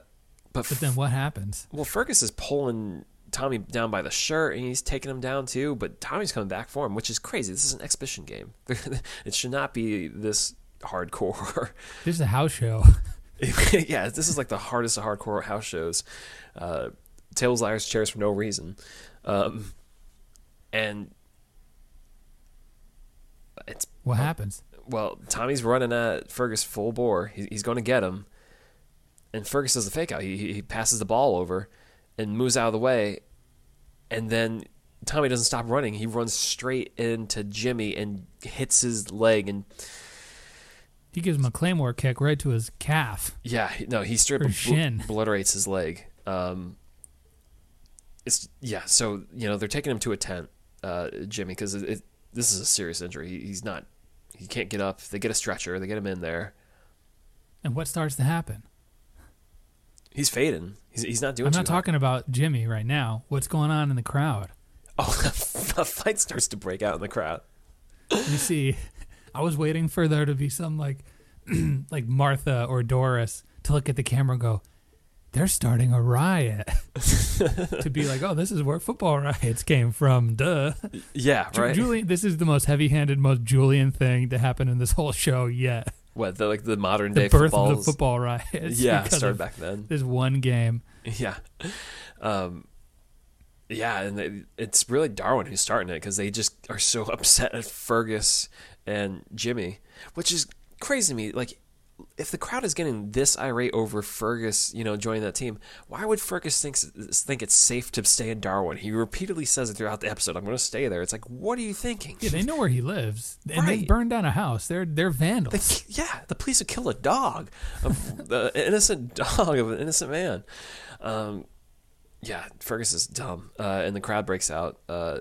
S1: but
S2: But then what happens?
S1: well, Fergus is pulling Tommy down by the shirt, and he's taking him down too. But Tommy's coming back for him, which is crazy. This is an exhibition game. it should not be this hardcore.
S2: This is a house show.
S1: yeah, this is like the hardest of hardcore house shows. Uh, tails, liars, chairs for no reason, um, and it's
S2: What happens?
S1: well, Tommy's running at Fergus full bore. He, he's going to get him, and Fergus does the fake out. He, he- he passes the ball over and moves out of the way, and then Tommy doesn't stop running. He runs straight into Jimmy and hits his leg, and
S2: He gives him a claymore kick right to his calf.
S1: Yeah, he- no, he straight
S2: Or
S1: up
S2: shin.
S1: obl- obliterates his leg. Um, it's yeah, so you know they're taking him to a tent, uh, Jimmy, because it, it, this is a serious injury. He, he's not He can't get up. They get a stretcher. They get him in there.
S2: And what starts to happen?
S1: He's fading. He's, he's not doing.
S2: I'm not
S1: too hot.
S2: talking about Jimmy right now. What's going on in the crowd?
S1: Oh, the fight starts to break out in the crowd.
S2: You see, I was waiting for there to be some like, like Martha or Doris to look at the camera and go, "They're starting a riot." to be like, "Oh, this is where football riots came from." Duh.
S1: Yeah,
S2: Ju-
S1: right.
S2: Julian, this is the most heavy-handed, most Julian thing to happen in this whole show yet.
S1: What the like the modern
S2: The
S1: day
S2: birth of the
S1: footballs?
S2: football riots.
S1: yeah,
S2: because
S1: started
S2: of
S1: back then.
S2: This one game.
S1: Yeah, um, yeah, and they, it's really Darwin who's starting it because they just are so upset at Fergus and Jimmy, which is crazy to me. Like, if the crowd is getting this irate over Fergus, you know, joining that team, why would Fergus think think it's safe to stay in Darwin? He repeatedly says it throughout the episode. I'm going to stay there. It's like, what are you thinking?
S2: Yeah, they know where he lives, and they
S1: Right.
S2: burned down a house. They're they're vandals.
S1: They, yeah, the police would kill a dog, of the innocent dog of an innocent man. Um, yeah, Fergus is dumb, uh, and the crowd breaks out. Uh,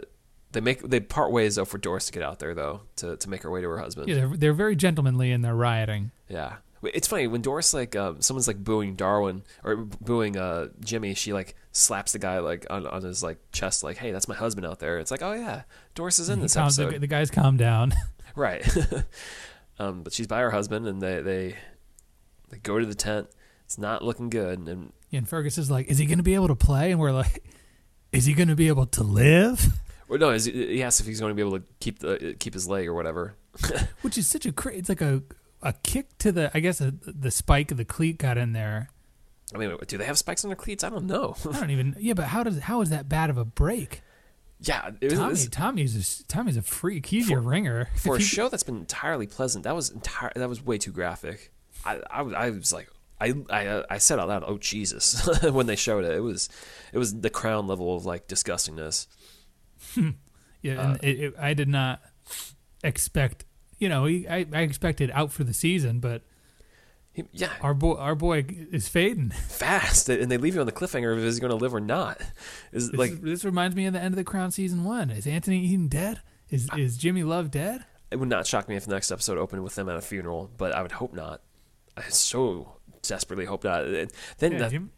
S1: they make they part ways though for Doris to get out there though to, to make her way to her husband.
S2: yeah, they're, they're very gentlemanly in their rioting.
S1: Yeah. Wait, It's funny when Doris like um, someone's like booing Darwin or booing uh, Jimmy. She like slaps the guy like on, on his like chest like, "Hey, that's my husband out there." It's like, "Oh yeah, Doris is in
S2: He
S1: this
S2: calms-
S1: episode."
S2: the, the guys calm down.
S1: Right. um, but she's by her husband, and they, they they go to the tent. It's not looking good, and
S2: and Fergus is like, "Is he going to be able to play?" And we're like, "Is he going to be able to live?"
S1: or no, is- he asks if he's going to be able to keep the keep his leg or whatever.
S2: Which is such a cra- it's like a a kick to the I guess a, the spike of the cleat got in there.
S1: I mean, do they have spikes on their cleats? I don't know.
S2: I don't even yeah, but how does how is that bad of a break?
S1: yeah, it was,
S2: Tommy
S1: this-
S2: Tommy's a, s- Tommy's a freak. He's your ringer.
S1: for a
S2: He-
S1: show that's been entirely pleasant, that was entire that was way too graphic. I I, was- I was like. I, I, I said out loud, "Oh Jesus!" when they showed it, it was it was the crown level of like disgustingness.
S2: Yeah,
S1: Uh,
S2: and it, it, I did not expect. You know, he, I, I expected out for the season, but
S1: He, yeah,
S2: our boy, our boy is fading.
S1: fast, and they leave you on the cliffhanger of is he going to live or not. Is
S2: This,
S1: like
S2: this reminds me of the end of the Crown season one. Is Anthony Eden dead? Is is Jimmy Love dead?
S1: it would not shock me if the next episode opened with them at a funeral, but I would hope not. I so desperately hope not. And then, that-
S2: Jim-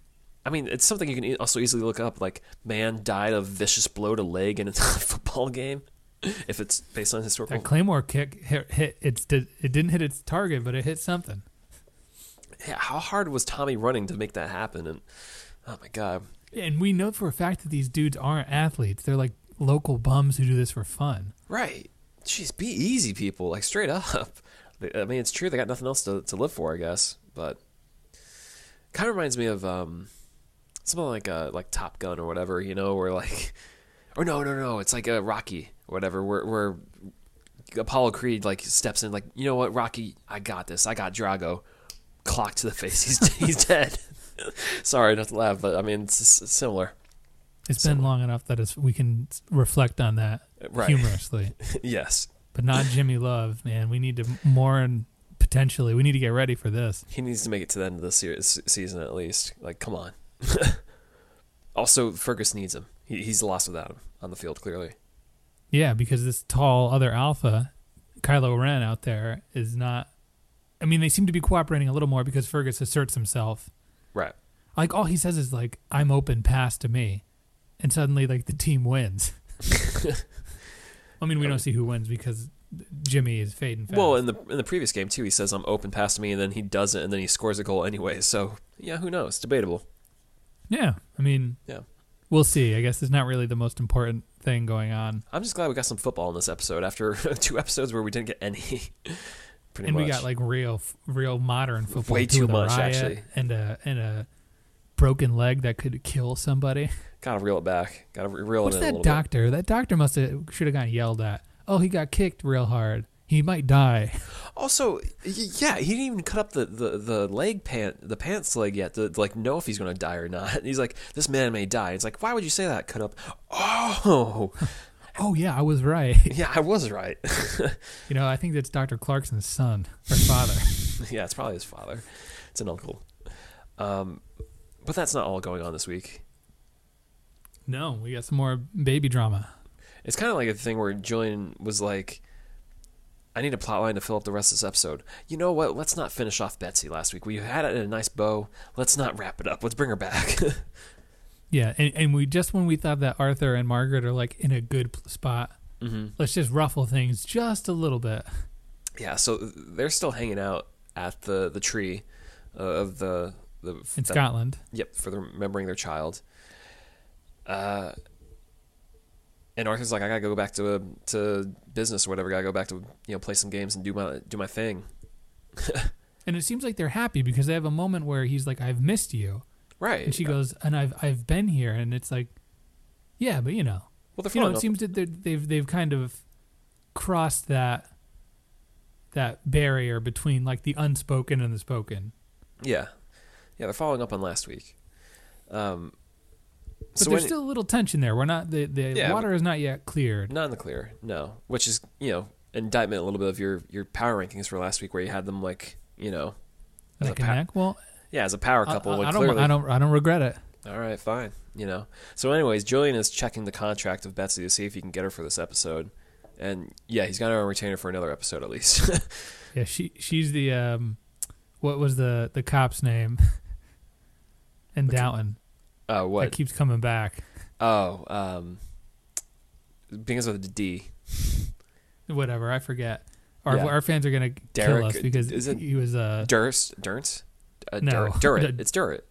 S1: I mean, it's something you can e- also easily look up. Like, man died of vicious blow to leg in a football game. If it's based on historical,
S2: that claymore kick hit, hit its. Did, it didn't hit its target, but it hit something.
S1: yeah, how hard was Tommy running to make that happen? And oh my god,
S2: And we know for a fact that these dudes aren't athletes. They're like local bums who do this for fun.
S1: right? Jeez, be easy, people. Like straight up. I mean, it's true they got nothing else to, to live for, I guess. But kind of reminds me of um, something like uh, like Top Gun or whatever, you know, where like, or no, no, no, it's like uh, Rocky, or whatever, where where Apollo Creed like steps in, like, you know what, Rocky, I got this, I got Drago, clock to the face, he's he's dead. Sorry, not to laugh, but I mean, it's s- similar.
S2: It's
S1: Similar.
S2: been long enough that it's, we can reflect on that
S1: Uh, Right.
S2: humorously.
S1: yes.
S2: but not Jimmy Love, man. We need to more and potentially we need to get ready for this.
S1: He needs to make it to the end of the series, season at least. Like, come on. also, Fergus needs him. He, he's lost without him on the field, clearly.
S2: Yeah, because this tall other alpha, Kylo Ren out there is not. I mean, they seem to be cooperating a little more because Fergus asserts himself.
S1: Right.
S2: Like all he says is like, "I'm open, pass to me," and suddenly like the team wins. I mean, we don't see who wins because Jimmy is fading fast.
S1: Well, in the in the previous game too, he says I'm open, pass to me, and then he doesn't, and then he scores a goal anyway. So yeah, who knows? Debatable.
S2: yeah. I mean,
S1: Yeah.
S2: we'll see. I guess it's not really the most important thing going on.
S1: I'm just glad we got some football in this episode after two episodes where we didn't get any. Pretty
S2: and
S1: much.
S2: we got like real, real modern football.
S1: Way
S2: too,
S1: too
S2: with a
S1: much,
S2: riot
S1: actually.
S2: and a and a broken leg that could kill somebody.
S1: gotta reel it back. Gotta re- reel
S2: What's
S1: it in a
S2: that
S1: little bit.
S2: doctor? That doctor must have should have gotten yelled at. Oh, he got kicked real hard. He might die.
S1: Also, y- yeah, he didn't even cut up the, the, the leg pant, the pants leg yet to, to, like know if he's going to die or not. He's like, this man may die. It's like, why would you say that? Cut up. Oh,
S2: Oh yeah, I was right.
S1: yeah, I was right.
S2: you know, I think that's Doctor Clarkson's son or father.
S1: yeah, it's probably his father. It's an uncle. Um, but that's not all going on this week.
S2: no, we got some more baby drama.
S1: It's kind of like a thing where Julian was like, I need a plotline to fill up the rest of this episode. You know what? Let's not finish off Betsy last week. We had it in a nice bow. Let's not wrap it up. Let's bring her back.
S2: Yeah, and, and we just when we thought that Arthur and Margaret are like in a good pl- spot,
S1: mm-hmm.
S2: let's just ruffle things just a little bit.
S1: Yeah, so they're still hanging out at the the tree uh, of the the
S2: In
S1: that-
S2: Scotland,
S1: Yep, for the remembering their child. Uh, and Arthur's like, I gotta go back to to business or whatever. Gotta go back to you know play some games and do my do my thing.
S2: and it seems like they're happy because they have a moment where he's like, "I've missed you,"
S1: Right.
S2: and she goes, "And I've I've been here," and it's like, "Yeah, but you know,
S1: Well, they're
S2: you know,
S1: following
S2: it
S1: up-
S2: seems that they're- they've they've kind of crossed that that barrier between like the unspoken and the spoken."
S1: Yeah, yeah, they're following up on last week. Um,
S2: But
S1: so
S2: there's
S1: when-
S2: still a little tension there. We're not the the
S1: Yeah,
S2: water is not yet cleared.
S1: not in the clear, no. Which is you know indictment a little bit of your your power rankings for last week, where you had them like you know
S2: They
S1: the pa-
S2: connect. Well,
S1: yeah as a power couple.
S2: I, I,
S1: when
S2: I don't
S1: clearly,
S2: I don't I don't regret it.
S1: All right, fine. You know. So, anyways, Julian is checking the contract of Betsy to see if he can get her for this episode, and yeah, he's got her on retainer for another episode at least.
S2: Yeah, she she's the um, what was the the cop's name? In
S1: The co-
S2: Downton,
S1: uh,
S2: that
S1: what?
S2: keeps coming back.
S1: Oh, um, begins with a D.
S2: Whatever, I forget. Our
S1: Yeah.
S2: our fans are gonna
S1: Derek,
S2: kill us because
S1: is it-
S2: he was uh
S1: Durst, Durnt, uh,
S2: No.
S1: Dur- Durant.
S2: The-
S1: It's Durant.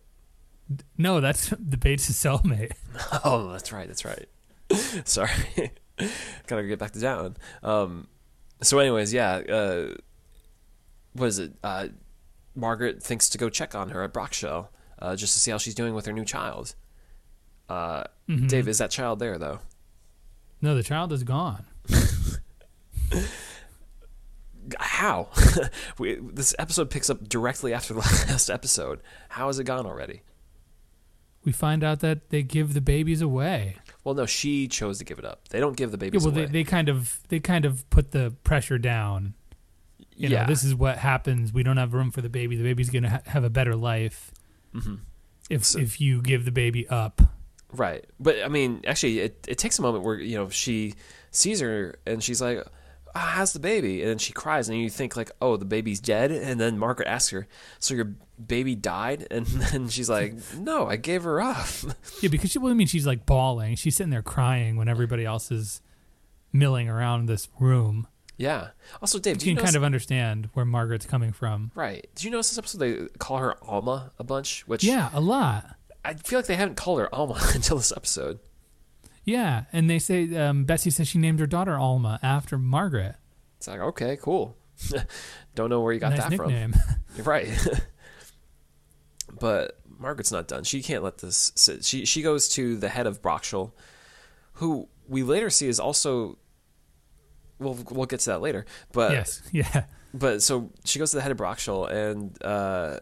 S2: no, that's the Bates' cellmate.
S1: Oh, that's right. That's right. Sorry. Gotta get back to down. Um, so, anyways, yeah. Uh, what is it? Uh, Margaret thinks to go check on her at Brockshell uh, just to see how she's doing with her new child. Uh,
S2: Mhm.
S1: Dave, is that child there, though?
S2: No, the child is gone.
S1: How? we, this episode picks up directly after the last episode. How is it gone already?
S2: We find out that they give the babies away.
S1: Well, no, she chose to give it up. They don't give the
S2: Yeah,
S1: babies
S2: well,
S1: away.
S2: they, they kind of they kind of put the pressure down. You
S1: yeah.
S2: know, this is what happens. We don't have room for the baby. The baby's gonna ha- have a better life
S1: hmm
S2: if
S1: So-
S2: if you give the baby up.
S1: Right. But I mean, actually, it, it takes a moment where, you know, she sees her and she's like, ah, How's the baby? And then she cries, and you think, like, Oh, the baby's dead. And then Margaret asks her, So your baby died? And then she's like, No, I gave her up.
S2: Yeah, because she, well, I mean, she's like bawling. She's sitting there crying when everybody else is milling around this room.
S1: yeah. Also, Dave, do
S2: You
S1: you
S2: can
S1: notice,
S2: kind of understand where Margaret's coming from.
S1: Right. Did you notice this episode they call her Alma a bunch? Which
S2: Yeah, a lot.
S1: I feel like they haven't called her Alma until this episode.
S2: Yeah, and they say um, Betsy says she named her daughter Alma after Margaret.
S1: It's like, okay, cool. Don't know where you got
S2: nice
S1: that from.
S2: nickname.
S1: You're right. but Margaret's not done. She can't let this sit. She she goes to the head of Brockshall, who we later see is also. We'll we'll get to that later. But
S2: yes, yeah,
S1: but so she goes to the head of Brockshall and uh,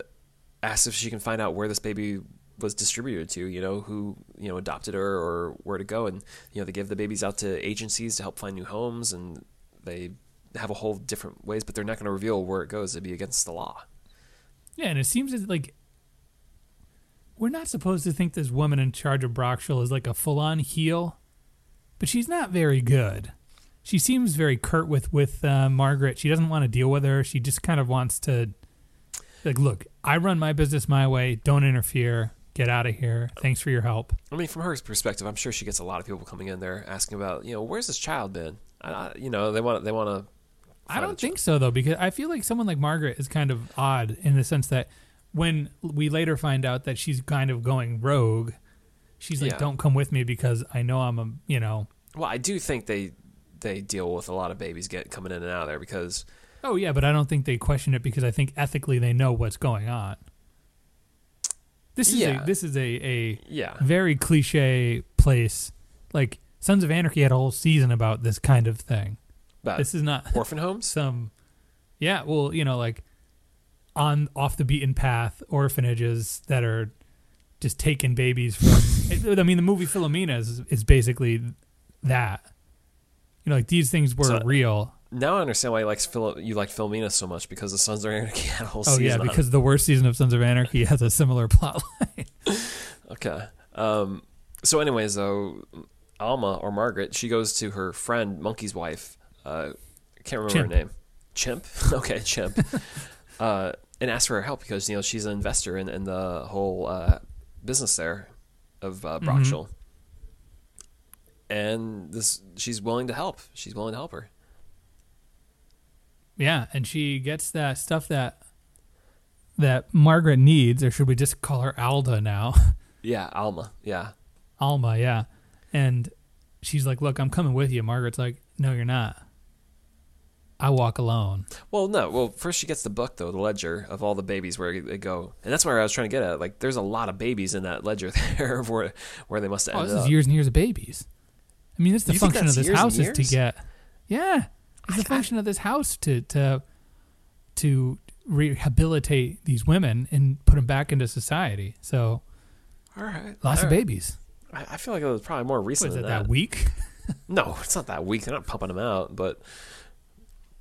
S1: asks if she can find out where this baby was distributed to. You know who you know adopted her or where to go, and you know they give the babies out to agencies to help find new homes, and they have a whole different ways, but they're not going to reveal where it goes. It'd be against the law.
S2: yeah. And it seems as like we're not supposed to think this woman in charge of Brockshall is like a full-on heel, but she's not very good. She seems very curt with with uh, Margaret. She doesn't want to deal with her. She just kind of wants to, like, look, I run my business my way. Don't interfere. Get out of here. Thanks for your help.
S1: I mean, from her perspective, I'm sure she gets a lot of people coming in there asking about, you know, where's this child been? I, I, you know, they want they want
S2: I
S1: Fine,
S2: don't
S1: sure.
S2: think so though, because I feel like someone like Margaret is kind of odd in the sense that when we later find out that she's kind of going rogue, she's like,
S1: Yeah.
S2: "Don't come with me because I know I'm a you know."
S1: to. Well, I do think they they deal with a lot of babies get coming in and out of there because
S2: Oh yeah, but I don't think they question it because I think ethically they know what's going on. This is
S1: Yeah.
S2: a this is a a
S1: yeah,
S2: very cliche place. Like Sons of Anarchy had a whole season about this kind of thing.
S1: but
S2: This is not
S1: orphan homes.
S2: some yeah well you know like on off the beaten path orphanages that are just taking babies from i mean the movie philomena is, is basically that you know like these things were
S1: So-
S2: real
S1: Now I understand why you likes Phil, you like Philomena so much because the Sons of Anarchy had a whole
S2: oh
S1: season.
S2: yeah
S1: on it.
S2: because the worst season of sons of anarchy has a similar plot line
S1: Okay. Um, so, anyways, though, Alma or Margaret, she goes to her friend, Monkey's wife. Uh, can't remember
S2: Chimp.
S1: her name. chimp. okay, chimp. uh, and asked for her help because you know she's an investor in, in the whole uh, business there of uh, Brockshall. And this, she's willing to help. She's willing to help her.
S2: Yeah, and she gets that stuff that that Margaret needs, or should we just call her Alda now?
S1: Yeah, Alma. Yeah,
S2: Alma, yeah. And she's like, "Look, I'm coming with you." Margaret's like, "No, you're not. I walk alone."
S1: Well, no. Well, first she gets the book though, the ledger of all the babies where they go, and that's where I was trying to get at. Like, there's a lot of babies in that ledger there, of where where they must have
S2: Oh,
S1: ended
S2: this is
S1: up.
S2: years and years of babies. I mean, that's the
S1: You think
S2: function
S1: that's
S2: of this
S1: years and
S2: house is to
S1: years?
S2: get. Yeah, it's the function of this house to to to rehabilitate these women and put them back into society. So
S1: all right,
S2: lots
S1: all
S2: of
S1: right.
S2: babies.
S1: I, I feel like it was probably more
S2: What
S1: recent
S2: is
S1: than
S2: it? That week?
S1: No, it's not that weak. They're not pumping them out, but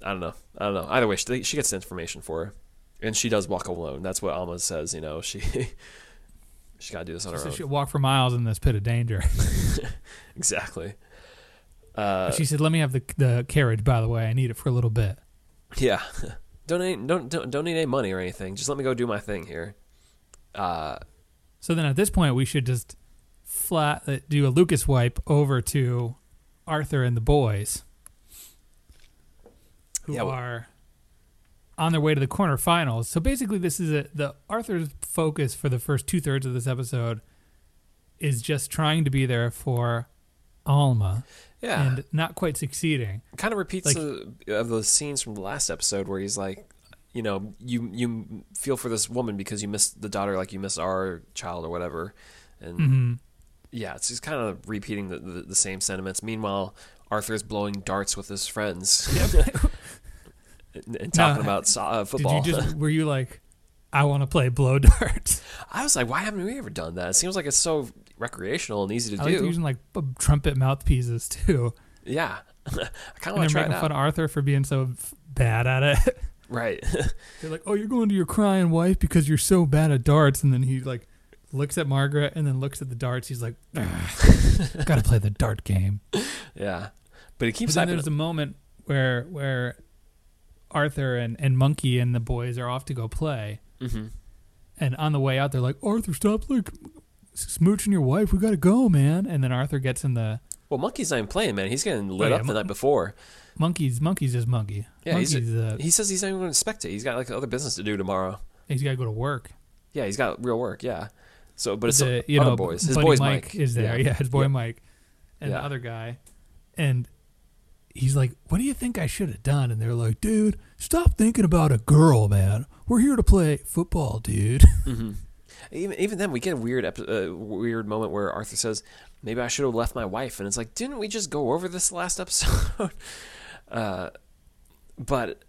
S1: I don't know. I don't know. Either way, she, she gets the information for her, and she does walk alone. That's what Alma says. You know, she she got to do this on her
S2: So
S1: own.
S2: she walked for miles in this pit of danger.
S1: Exactly. Uh,
S2: she said, "Let me have the the carriage. By the way, I need it for a little bit."
S1: yeah. Don't need, don't don't don't need any money or anything. Just let me go do my thing here. Uh,
S2: So then at this point, we should just flat uh, do a Lucas wipe over to Arthur and the boys, who
S1: Yeah, well-
S2: are on their way to the corner finals. So basically, this is a, the Arthur's focus for the first two thirds of this episode is just trying to be there for Alma
S1: yeah.
S2: and not quite succeeding.
S1: kind of repeats
S2: Like-
S1: the, of those scenes from the last episode where he's like, you know, you you feel for this woman because you miss the daughter like you miss our child or whatever, and
S2: Mm-hmm.
S1: yeah, it's just kind of repeating the, the the same sentiments. Meanwhile, Arthur's blowing darts with his friends and, and talking
S2: Now,
S1: about so- uh,
S2: Did
S1: football.
S2: you just were you like, I want to play blow darts?
S1: I was like, why haven't we ever done that? It seems like it's so recreational and easy to
S2: I
S1: do.
S2: like using like b- trumpet mouthpieces too.
S1: yeah, I kind of
S2: And
S1: want to
S2: they're
S1: Oh, try it
S2: making
S1: out.
S2: fun of Arthur for being so f- bad at it.
S1: Right.
S2: they're like, "Oh, you're going to your crying wife because you're so bad at darts." And then he like looks at Margaret and then looks at the darts. He's like, "Got to play the dart game."
S1: yeah, but he
S2: But
S1: keeps
S2: then
S1: hyping
S2: there's a moment where where Arthur and, and Monkey and the boys are off to go play,
S1: hmm
S2: and on the way out, they're like, "Arthur, stop like smooching your wife. We got to go, man." And then Arthur gets in the
S1: Well, Monkey's not even playing, man. He's getting lit
S2: yeah,
S1: up the
S2: Mon-
S1: night before.
S2: monkeys. Monkeys is monkey.
S1: Yeah, he's
S2: monkeys.
S1: a-
S2: uh,
S1: He says he's not even going to spectate. He's got like other business to do tomorrow.
S2: he's got to go to work.
S1: Yeah, he's got real work. Yeah. So, but it's
S2: the,
S1: other boys. His
S2: buddy
S1: boy's
S2: Mike,
S1: Mike
S2: is there. Yeah, his boy
S1: Yeah.
S2: Mike and
S1: Yeah.
S2: the other guy. And he's like, What do you think I should have done? And they're like, Dude, stop thinking about a girl, man. We're here to play football, dude.
S1: hmm Even even then, we get a weird epi- uh, weird moment where Arthur says, "Maybe I should have left my wife," and it's like, didn't we just go over this last episode? uh, but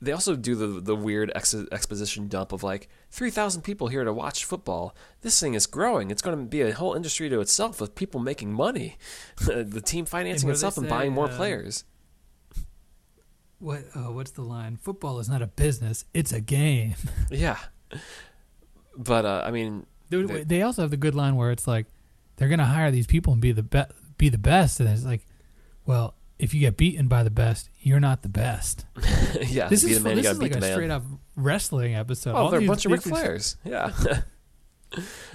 S1: they also do the the weird ex- exposition dump of like three thousand people here to watch football. This thing is growing. It's going to be a whole industry to itself with people making money, the team financing
S2: what do they
S1: itself and
S2: say,
S1: buying more
S2: uh,
S1: players.
S2: What uh, what's the line? Football is not a business, it's a game.
S1: Yeah, but uh, I mean,
S2: They,
S1: They-
S2: they also have the good line where it's like they're gonna hire these people and be the be- be the best and it's like, well, if you get beaten by the best, you're not the best.
S1: yeah,
S2: This
S1: to be
S2: is,
S1: the man, you
S2: this
S1: got
S2: is
S1: to beat
S2: like
S1: the
S2: a
S1: man.
S2: straight up wrestling episode.
S1: Oh,
S2: All
S1: they're a
S2: these-
S1: bunch of Ric
S2: these are-
S1: Flairs. Yeah.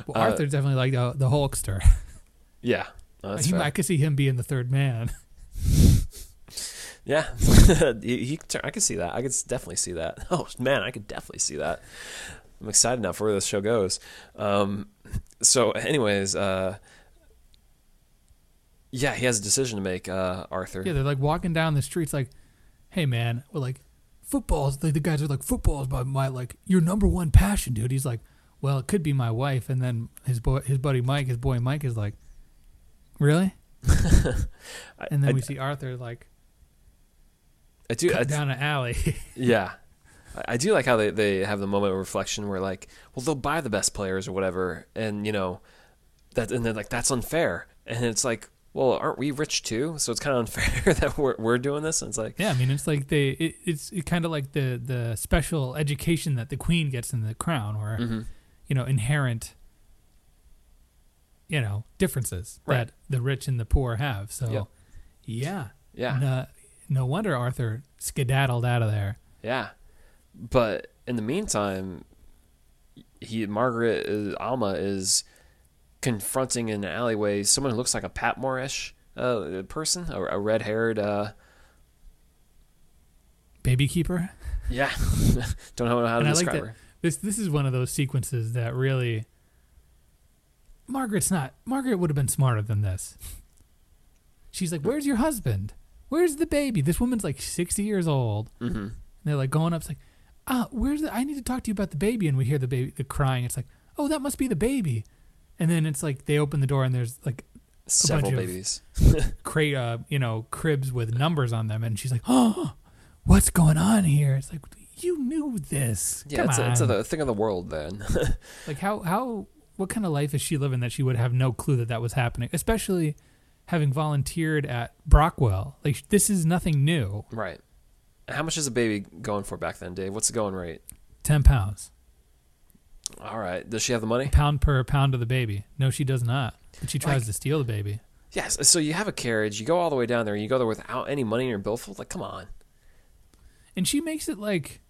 S2: Well,
S1: Uh,
S2: Arthur's definitely like the, the Hulkster.
S1: Yeah, no, that's
S2: he
S1: fair.
S2: might, I could see him being the third man.
S1: Yeah, he, he could turn- I could see that. I could s- definitely see that. Oh man, I could definitely see that. I'm excited now for where this show goes. Um, so, anyways, uh, yeah, he has a decision to make, uh, Arthur.
S2: Yeah, they're like walking down the streets, like, "Hey, man, we're like footballs." The, the guys are like, "Footballs, my, my like your number one passion, dude." He's like, "Well, it could be my wife." And then his boy, his buddy Mike, his boy Mike, is like, "Really?"
S1: I-
S2: And
S1: I-
S2: then we see Arthur like
S1: I do. I,
S2: cut down an alley.
S1: yeah, I, I do like how they, they have the moment of reflection where like, well, they'll buy the best players or whatever, and you know, that and they're like, that's unfair, and it's like, well, aren't we rich too? So it's kind of unfair that we're we're doing this, and it's like.
S2: yeah, I mean, it's like they, it, it's it kind of like the the special education that the queen gets in the crown, where
S1: mhm.
S2: you know inherent you know differences
S1: Right.
S2: that the rich and the poor have so
S1: Yeah.
S2: yeah
S1: Yeah.
S2: no, no wonder Arthur skedaddled out of there.
S1: Yeah, but in the meantime, he Margaret is, Alma is confronting in an alleyway someone who looks like a Patmore-ish uh, person, a, a red-haired. Uh,
S2: Baby keeper.
S1: yeah, don't know how to
S2: And I like
S1: describe
S2: that-
S1: her.
S2: This this is one of those sequences that really Margaret's not Margaret would have been smarter than this. She's like, "Where's your husband? Where's the baby?" This woman's like 60 years old. And
S1: Mm-hmm.
S2: they're like going up it's like, "Ah, where's the I need to talk to you about the baby." And we hear the baby the crying. It's like, "Oh, that must be the baby." And then it's like they open the door and there's like
S1: Several
S2: of-
S1: babies.
S2: crate, uh, you know, cribs with numbers on them, and she's like, "Oh, what's going on here?" It's like you knew this.
S1: Yeah,
S2: Come
S1: it's, a, it's
S2: on."
S1: a thing of the world then.
S2: like how how what kind of life is she living that she would have no clue that that was happening, especially having volunteered at Brockwell. Like this is nothing new.
S1: right. How much is a baby going for back then, Dave? What's the going rate?
S2: Ten pounds,
S1: All right. Does she have the money?
S2: pound per pound of the baby. No, she does not. But she tries
S1: Like-
S2: to steal the baby.
S1: Yes. So you have a carriage. You go all the way down there. You go there without any money in your billfold. Like, come on.
S2: and she makes it like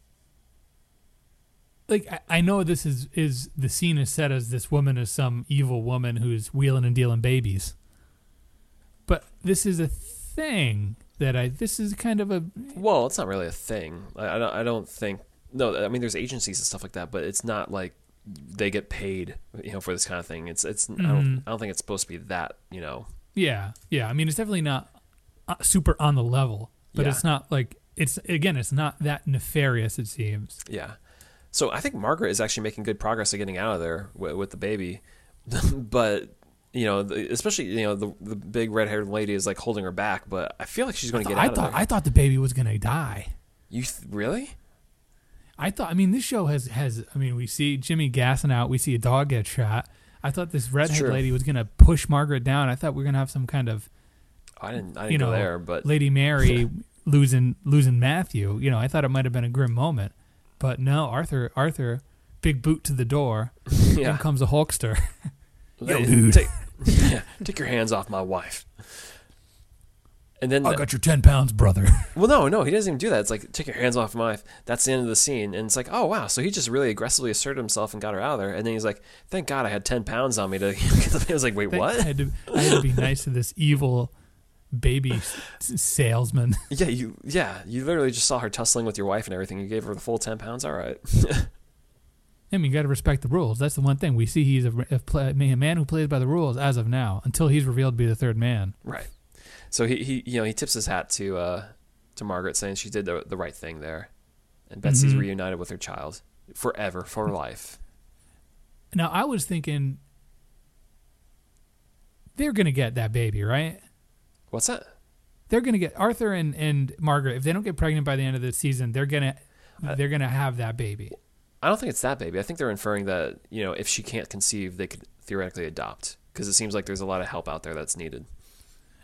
S2: like I, I know this is is the scene is set as this woman is some evil woman who's wheeling and dealing babies but this is a thing that i this is kind of a
S1: Well, it's not really a thing. I, I don't. I don't think. No, I mean, there's agencies and stuff like that, but it's not like they get paid, you know, for this kind of thing. It's. It's. I, don't,
S2: Mhm.
S1: I don't think it's supposed to be that. You know.
S2: yeah yeah i mean it's definitely not uh, super on the level but
S1: Yeah.
S2: it's not like it's again it's not that nefarious it seems
S1: Yeah. So I think Margaret is actually making good progress at getting out of there with, with the baby, but you know, the, especially you know the the big red haired lady is like holding her back. But I feel like she's going to get
S2: i
S1: out
S2: thought
S1: of there.
S2: i thought the baby was gonna die
S1: you th- really?
S2: I thought. I mean, this show has has. I mean, we see Jimmy gassing out. We see a dog get shot. I thought this redhead
S1: true.
S2: lady was gonna push Margaret down. I thought we were gonna have some kind of
S1: I didn't. I didn't
S2: you
S1: go
S2: know
S1: there, but
S2: Lady Mary losing losing Matthew. You know, I thought it might have been a grim moment, but no. Arthur Arthur, big boot to the door.
S1: yeah.
S2: In comes a Hulkster.
S1: Yo,
S2: dude.
S1: Take, yeah, take your hands off my wife. And then,
S2: I got your ten pounds, brother.
S1: well, no, no, he doesn't even do that. It's like, take your hands off my wife. That's the end of the scene. And it's like, oh, wow. So he just really aggressively asserted himself and got her out of there. And then he's like, thank God I had 10 pounds on me to. I was like, wait,
S2: I
S1: what?
S2: had to I had to be nice to this evil baby s- s- salesman.
S1: Yeah, you, yeah, you literally just saw her tussling with your wife and everything. You gave her the full 10 pounds. All right.
S2: I mean, you got to respect the rules. That's the one thing we see. He's a, a, play, a man who plays by the rules as of now, until he's revealed to be the third man.
S1: Right. So he, he you know, he tips his hat to, uh, to Margaret saying she did the, the right thing there. And Betsy's
S2: Mhm.
S1: reunited with her child forever, for life.
S2: Now, I was thinking they're gonna get that baby, right?
S1: What's that?
S2: They're gonna get Arthur and, and Margaret. If they don't get pregnant by the end of the season, they're gonna
S1: Uh,
S2: they're gonna have that baby.
S1: I don't think it's that baby. I think they're inferring that you know if she can't conceive, they could theoretically adopt because it seems like there's a lot of help out there that's needed.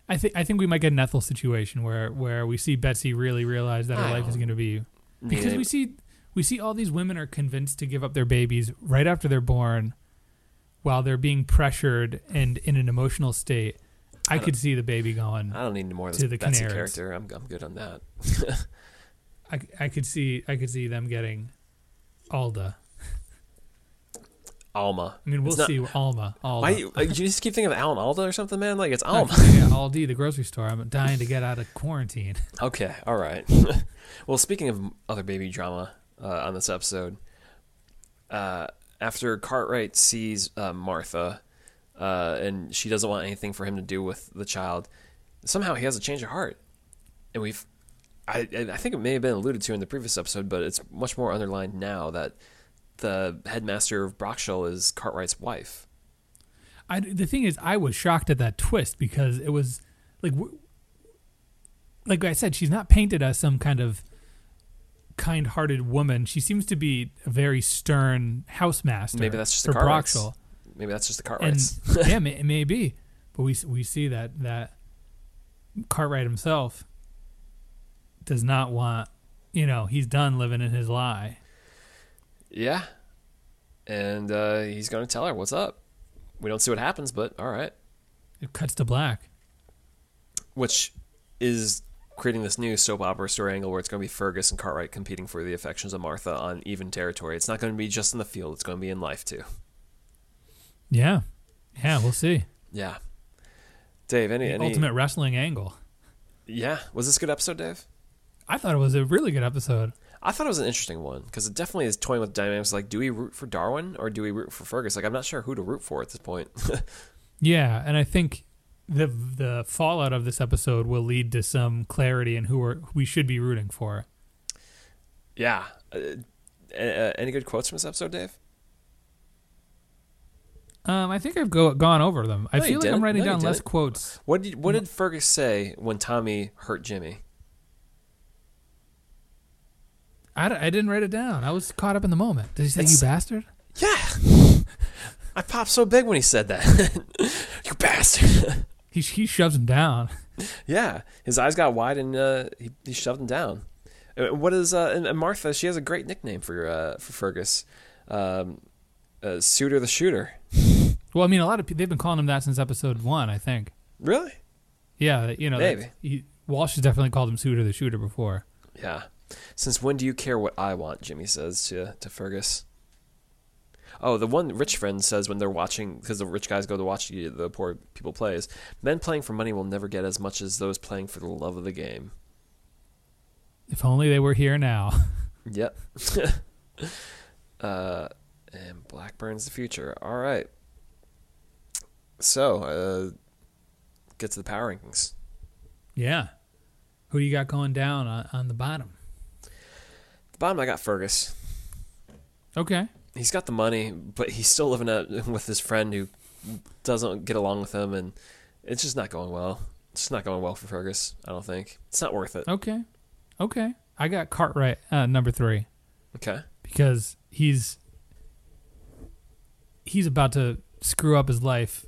S2: I think I think we might get an Ethel situation where where we see Betsy really realize that her
S1: I
S2: life is
S1: don't-
S2: gonna be because
S1: Needed-
S2: we see we see all these women are convinced to give up their babies right after they're born while they're being pressured and in an emotional state i, could see the baby going
S1: I don't need more of
S2: to
S1: this
S2: the
S1: Betsy
S2: Canaries.
S1: character. I'm I'm good on that.
S2: I, I could see i could see them getting alda
S1: Alma.
S2: i mean we'll
S1: It's not-
S2: see alma alda
S1: Why you, uh, you just keep thinking of Alan Alda or something, man? Like it's
S2: Not
S1: Alma.
S2: forgetting aldi the grocery store i'm dying to get out of quarantine
S1: okay, all right. well, speaking of other baby drama uh, on this episode, uh, after Cartwright sees uh, Martha uh, and she doesn't want anything for him to do with the child, somehow he has a change of heart, and we've. I, I I think it may have been alluded to in the previous episode, but it's much more underlined now that the headmaster of Brockshell is Cartwright's wife.
S2: I, the thing is, I was shocked at that twist because it was like, w- like I said, she's not painted as some kind of kind-hearted woman. She seems to be a very stern housemaster.
S1: Maybe that's just the
S2: for
S1: Cartwrights.
S2: Broxel.
S1: Maybe that's just the
S2: and
S1: Cartwrights.
S2: yeah, may, it may be, but we s- we see that that Cartwright himself does not want. You know, he's done living in his lie.
S1: Yeah. And uh, he's going to tell her what's up. We don't see what happens, but all right.
S2: It cuts to black.
S1: Which is creating this new soap opera story angle where it's going to be Fergus and Cartwright competing for the affections of Martha on even territory. It's not going to be just in the field; it's going to be in life too.
S2: Yeah. Yeah, we'll see.
S1: Yeah, Dave. Any, any
S2: Ultimate wrestling angle.
S1: Yeah, was this a good episode, Dave?
S2: I thought it was a really good episode.
S1: I thought it was an interesting one because it definitely is toying with dynamics. Like, do we root for Darwin or do we root for Fergus? Like, I'm not sure who to root for at this point.
S2: Yeah, and I think the the fallout of this episode will lead to some clarity in who we're, who we should be rooting for.
S1: yeah. Uh, uh, any good quotes from this episode, Dave?
S2: Um, I think I've go, gone over them. I
S1: No, you
S2: feel like
S1: didn't.
S2: I'm writing
S1: No, you
S2: down less
S1: didn't.
S2: quotes.
S1: What did what did Fergus say when Tommy hurt Jimmy?
S2: I, d- I didn't write it down. I was caught up in the moment. Did he say
S1: It's-
S2: you bastard?
S1: Yeah, I popped so big when he said that. you bastard.
S2: He he shoves him down.
S1: yeah, his eyes got wide and uh, he, he shoved him down. Uh, What is uh, and and Martha? She has a great nickname for uh, for Fergus, um, uh, Suitor the Shooter.
S2: Well, I mean, a lot of people they've been calling him that since episode one. I think.
S1: Really?
S2: Yeah, you know,
S1: Maybe.
S2: he, Walsh has definitely called him Suitor the Shooter before.
S1: Yeah. Since when do you care what I want? Jimmy says to to Fergus. Oh, the one rich friend says when they're watching, because the rich guys go to watch the the poor people play, is men playing for money will never get as much as those playing for the love of the game.
S2: If only they were here now.
S1: Yep. uh, and Blackburn's the future. All right. So, uh, get to the power rankings.
S2: yeah. Who you got going down on, on the bottom?
S1: The bottom, I got Fergus.
S2: Okay.
S1: he's got the money, but he's still living out with his friend who doesn't get along with him, and it's just not going well. It's just not going well for Fergus. I don't think it's not worth it.
S2: Okay. Okay. I got Cartwright uh, number three
S1: Okay,
S2: because he's he's about to screw up his life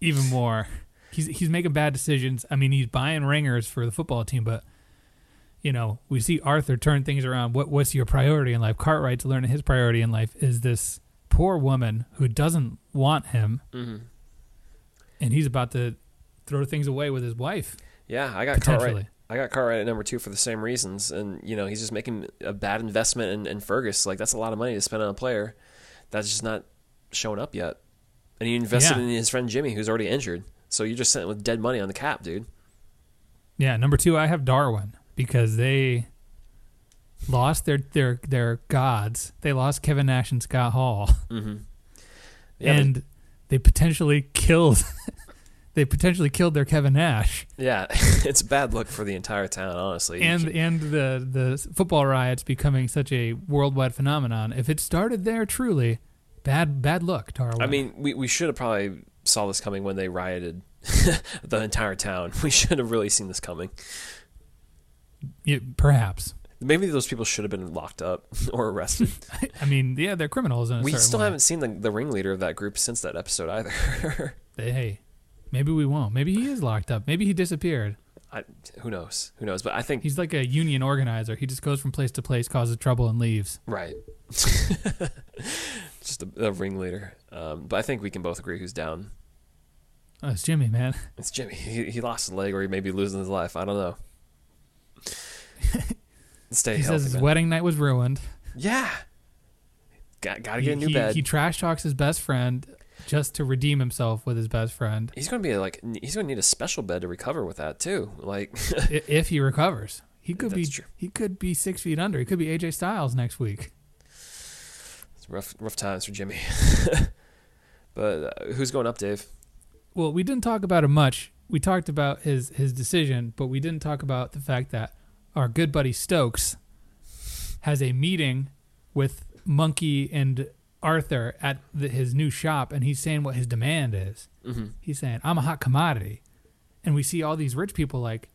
S2: even more. He's he's making bad decisions. I mean, he's buying ringers for the football team, but you know, we see Arthur turn things around. What what's your priority in life? Cartwright's learning his priority in life is this poor woman who doesn't want him,
S1: Mhm.
S2: and he's about to throw things away with his wife.
S1: yeah, I got Cartwright.
S2: Potentially.
S1: I got Cartwright at number two for the same reasons, and you know he's just making a bad investment in, in Fergus. Like that's a lot of money to spend on a player that's just not showing up yet. And he invested
S2: Yeah.
S1: in his friend Jimmy, who's already injured. So you're just sitting with dead money on the cap, dude.
S2: Yeah, number two, I have Darwin because they lost their their their gods. They lost Kevin Nash and Scott Hall,
S1: Yeah, but-
S2: and they potentially killed. they potentially killed their Kevin Nash
S1: yeah, it's a bad look for the entire town, honestly. You
S2: and and the the football riots becoming such a worldwide phenomenon. If it started there, truly bad bad luck, Darwin.
S1: I mean, we, we should have probably saw this coming when they rioted the entire town. We should have really seen this coming.
S2: Yeah, perhaps.
S1: Maybe those people should have been locked up or arrested.
S2: I mean, yeah, they're criminals. In a
S1: we
S2: certain
S1: still
S2: way.
S1: haven't seen the, the ringleader of that group since that episode either.
S2: They- hey, maybe we won't. Maybe he is locked up. Maybe he disappeared.
S1: I, who knows? Who knows? But I think
S2: He's like a union organizer. He just goes from place to place, causes trouble, and leaves.
S1: right. Just a, a ringleader. Um, but I think we can both agree who's down.
S2: Oh, it's Jimmy, man.
S1: It's Jimmy. He, he lost his leg, or he may be losing his life. I don't know. Stay
S2: He
S1: healthy.
S2: says his
S1: man.
S2: wedding night was ruined.
S1: Yeah. Got, gotta
S2: he,
S1: get a new
S2: he-
S1: bed.
S2: he trash talks his best friend just to redeem himself with his best friend
S1: He's gonna be like n- he's gonna need a special bed to recover with that too. Like
S2: i- if he recovers. He could be
S1: That's true.
S2: he could be six feet under. He could be AJ Styles next week.
S1: it's rough rough times for Jimmy. but uh, who's going up, Dave?
S2: Well, we didn't talk about him much. We talked about his his decision, but we didn't talk about the fact that our good buddy Stokes has a meeting with Monkey and Arthur at the, his new shop, and he's saying what his demand is.
S1: Mhm.
S2: He's saying, "I'm a hot commodity," and we see all these rich people like,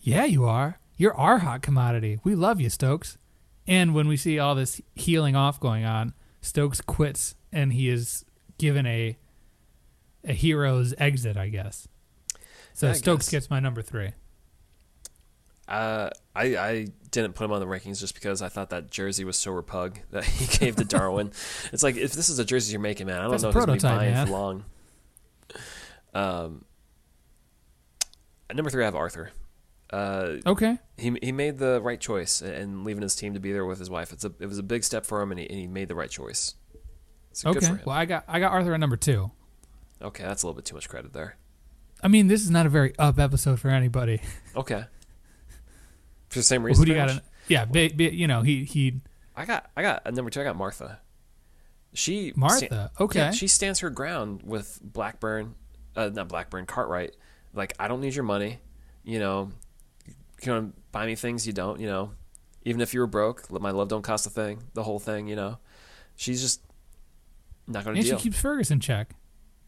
S2: "Yeah, you are. You're our hot commodity. We love you, Stokes." And when we see all this healing off going on, Stokes quits, and he is given a a hero's exit, I guess. So
S1: Yeah, I
S2: Stokes
S1: guess.
S2: gets my number three.
S1: Uh, I I didn't put him on the rankings just because I thought that jersey was so repug that he gave to Darwin. it's like if this is a jersey you're making, man, I don't
S2: That's a
S1: know if he's gonna be
S2: prototype,
S1: buying
S2: man.
S1: for long. Um, at number three, I have Arthur. Uh,
S2: Okay.
S1: he he made the right choice and leaving his team to be there with his wife. It's a it was a big step for him, and he, and he made the right choice. So good
S2: Okay.
S1: for him.
S2: Well, I got I got Arthur at number two.
S1: Okay, that's a little bit too much credit there.
S2: I mean, this is not a very up episode for anybody.
S1: Okay, for the same reason.
S2: Who do you
S1: pretty
S2: got? In,
S1: much.
S2: yeah, ba- ba- you know, he he
S1: I got I got at number two. I got Martha. She sta-
S2: Martha. Okay.
S1: yeah, she stands her ground with Blackburn, uh, not Blackburn Cartwright. Like I don't need your money. You know, you want to buy me things you don't. You know, even if you were broke, let my love don't cost a thing. The whole thing. You know, she's just not going to
S2: and she
S1: deal.
S2: keeps Fergus in check.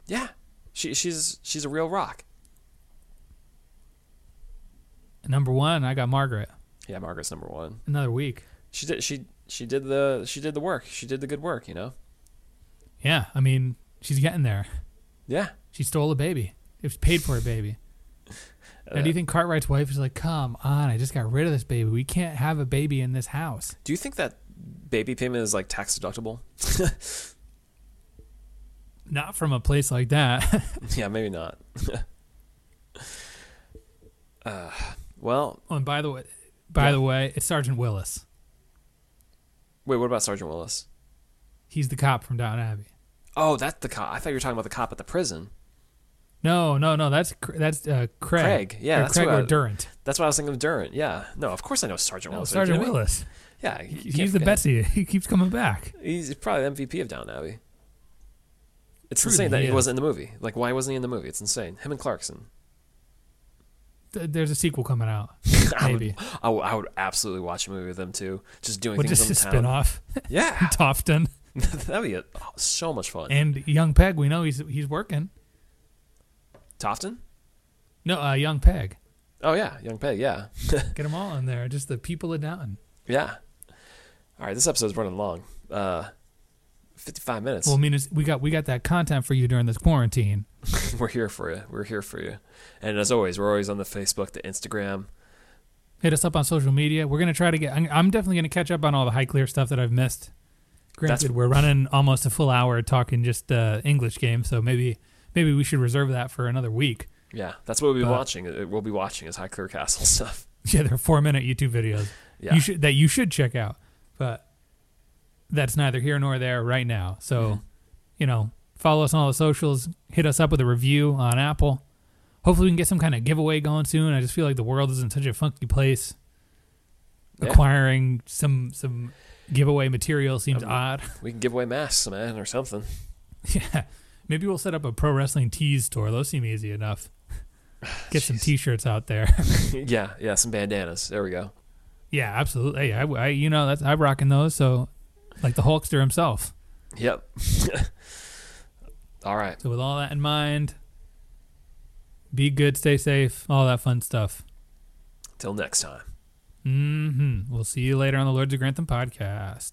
S1: Yeah, she, she's she's a real rock.
S2: Number one, I got Margaret.
S1: Yeah, Margaret's number one.
S2: Another week.
S1: She did she she did the she did the work. She did the good work. You know.
S2: Yeah, I mean, she's getting there.
S1: Yeah.
S2: She stole a baby. It was paid for a baby. now,
S1: Uh,
S2: do you think Cartwright's wife is like, come on, I just got rid of this baby. We can't have a baby in this house.
S1: Do you think that baby payment is like tax deductible?
S2: Not from a place like that.
S1: yeah, maybe not. uh, well,
S2: oh, and by the way, by
S1: Yeah.
S2: the way, it's Sergeant Willis.
S1: wait. What about Sergeant Willis?
S2: He's the cop from Down Abbey.
S1: Oh, that's the cop. I thought you were talking about the cop at the prison.
S2: No, no, no. That's Cr- that's uh, Craig.
S1: Craig, yeah,
S2: or
S1: that's
S2: Craig
S1: who I- Oh,
S2: or Durant.
S1: That's what I was thinking of Durant. Yeah. No, of course I know Sergeant
S2: No,
S1: Willis. Are you
S2: Sergeant
S1: kidding me?
S2: Willis.
S1: Yeah, you can't
S2: He's the
S1: forget.
S2: Betsy. He keeps coming back.
S1: He's probably the MVP of Down Abbey. It's
S2: Truly,
S1: insane that he
S2: yeah.
S1: wasn't in the movie. Like, why wasn't he in the movie? It's insane. Him and Clarkson.
S2: Th- There's a sequel coming out.
S1: I would-
S2: Maybe.
S1: I would, I would absolutely watch a movie with them too. Just doing
S2: Well,
S1: things
S2: just
S1: in town.
S2: a spin off.
S1: Yeah,
S2: Tofton
S1: that'd be a, oh, so much fun.
S2: and Young Peg. We know he's he's working.
S1: Tofton?
S2: No, uh, Young Peg.
S1: Oh yeah, Young Peg. Yeah,
S2: Get them all in there. Just the people of Downton.
S1: yeah. All right, this episode's running long. Uh, fifty-five minutes.
S2: Well, I mean, it's, we got we got that content for you during this quarantine.
S1: we're here for you. We're here for you. And as always, we're always on the Facebook, the Instagram.
S2: Hit us up on social media. We're gonna try to get. I'm, I'm definitely gonna catch up on all the high clear stuff that I've missed. Granted,
S1: That's-
S2: we're running almost a full hour talking just uh, English game, so maybe maybe we should reserve that for another week.
S1: Yeah, that's what we'll be
S2: But-
S1: watching. Uh, We'll be watching is High Clear Castle stuff.
S2: Yeah, they're four minute YouTube videos.
S1: Yeah,
S2: You should that you should check out, but that's neither here nor there right now. So,
S1: Mm-hmm.
S2: you know, follow us on all the socials. Hit us up with a review on Apple. Hopefully, we can get some kind of giveaway going soon. I just feel like the world is in such a funky place.
S1: Yeah.
S2: Acquiring some some giveaway material seems
S1: Um,
S2: odd.
S1: we can give away masks, man, or something.
S2: yeah, maybe we'll set up a pro wrestling tees store. Those seem easy enough. Get some
S1: Jeez.
S2: t-shirts out there.
S1: yeah, yeah, some bandanas. There we go.
S2: Yeah, absolutely. I, I you know, that's I'm rocking those. So, like the Hulkster himself.
S1: Yep. All right.
S2: So, with all that in mind, be good, stay safe, all that fun stuff.
S1: Till next time.
S2: Mm-hmm. hmm We'll see you later on the Lords of Grantham podcast.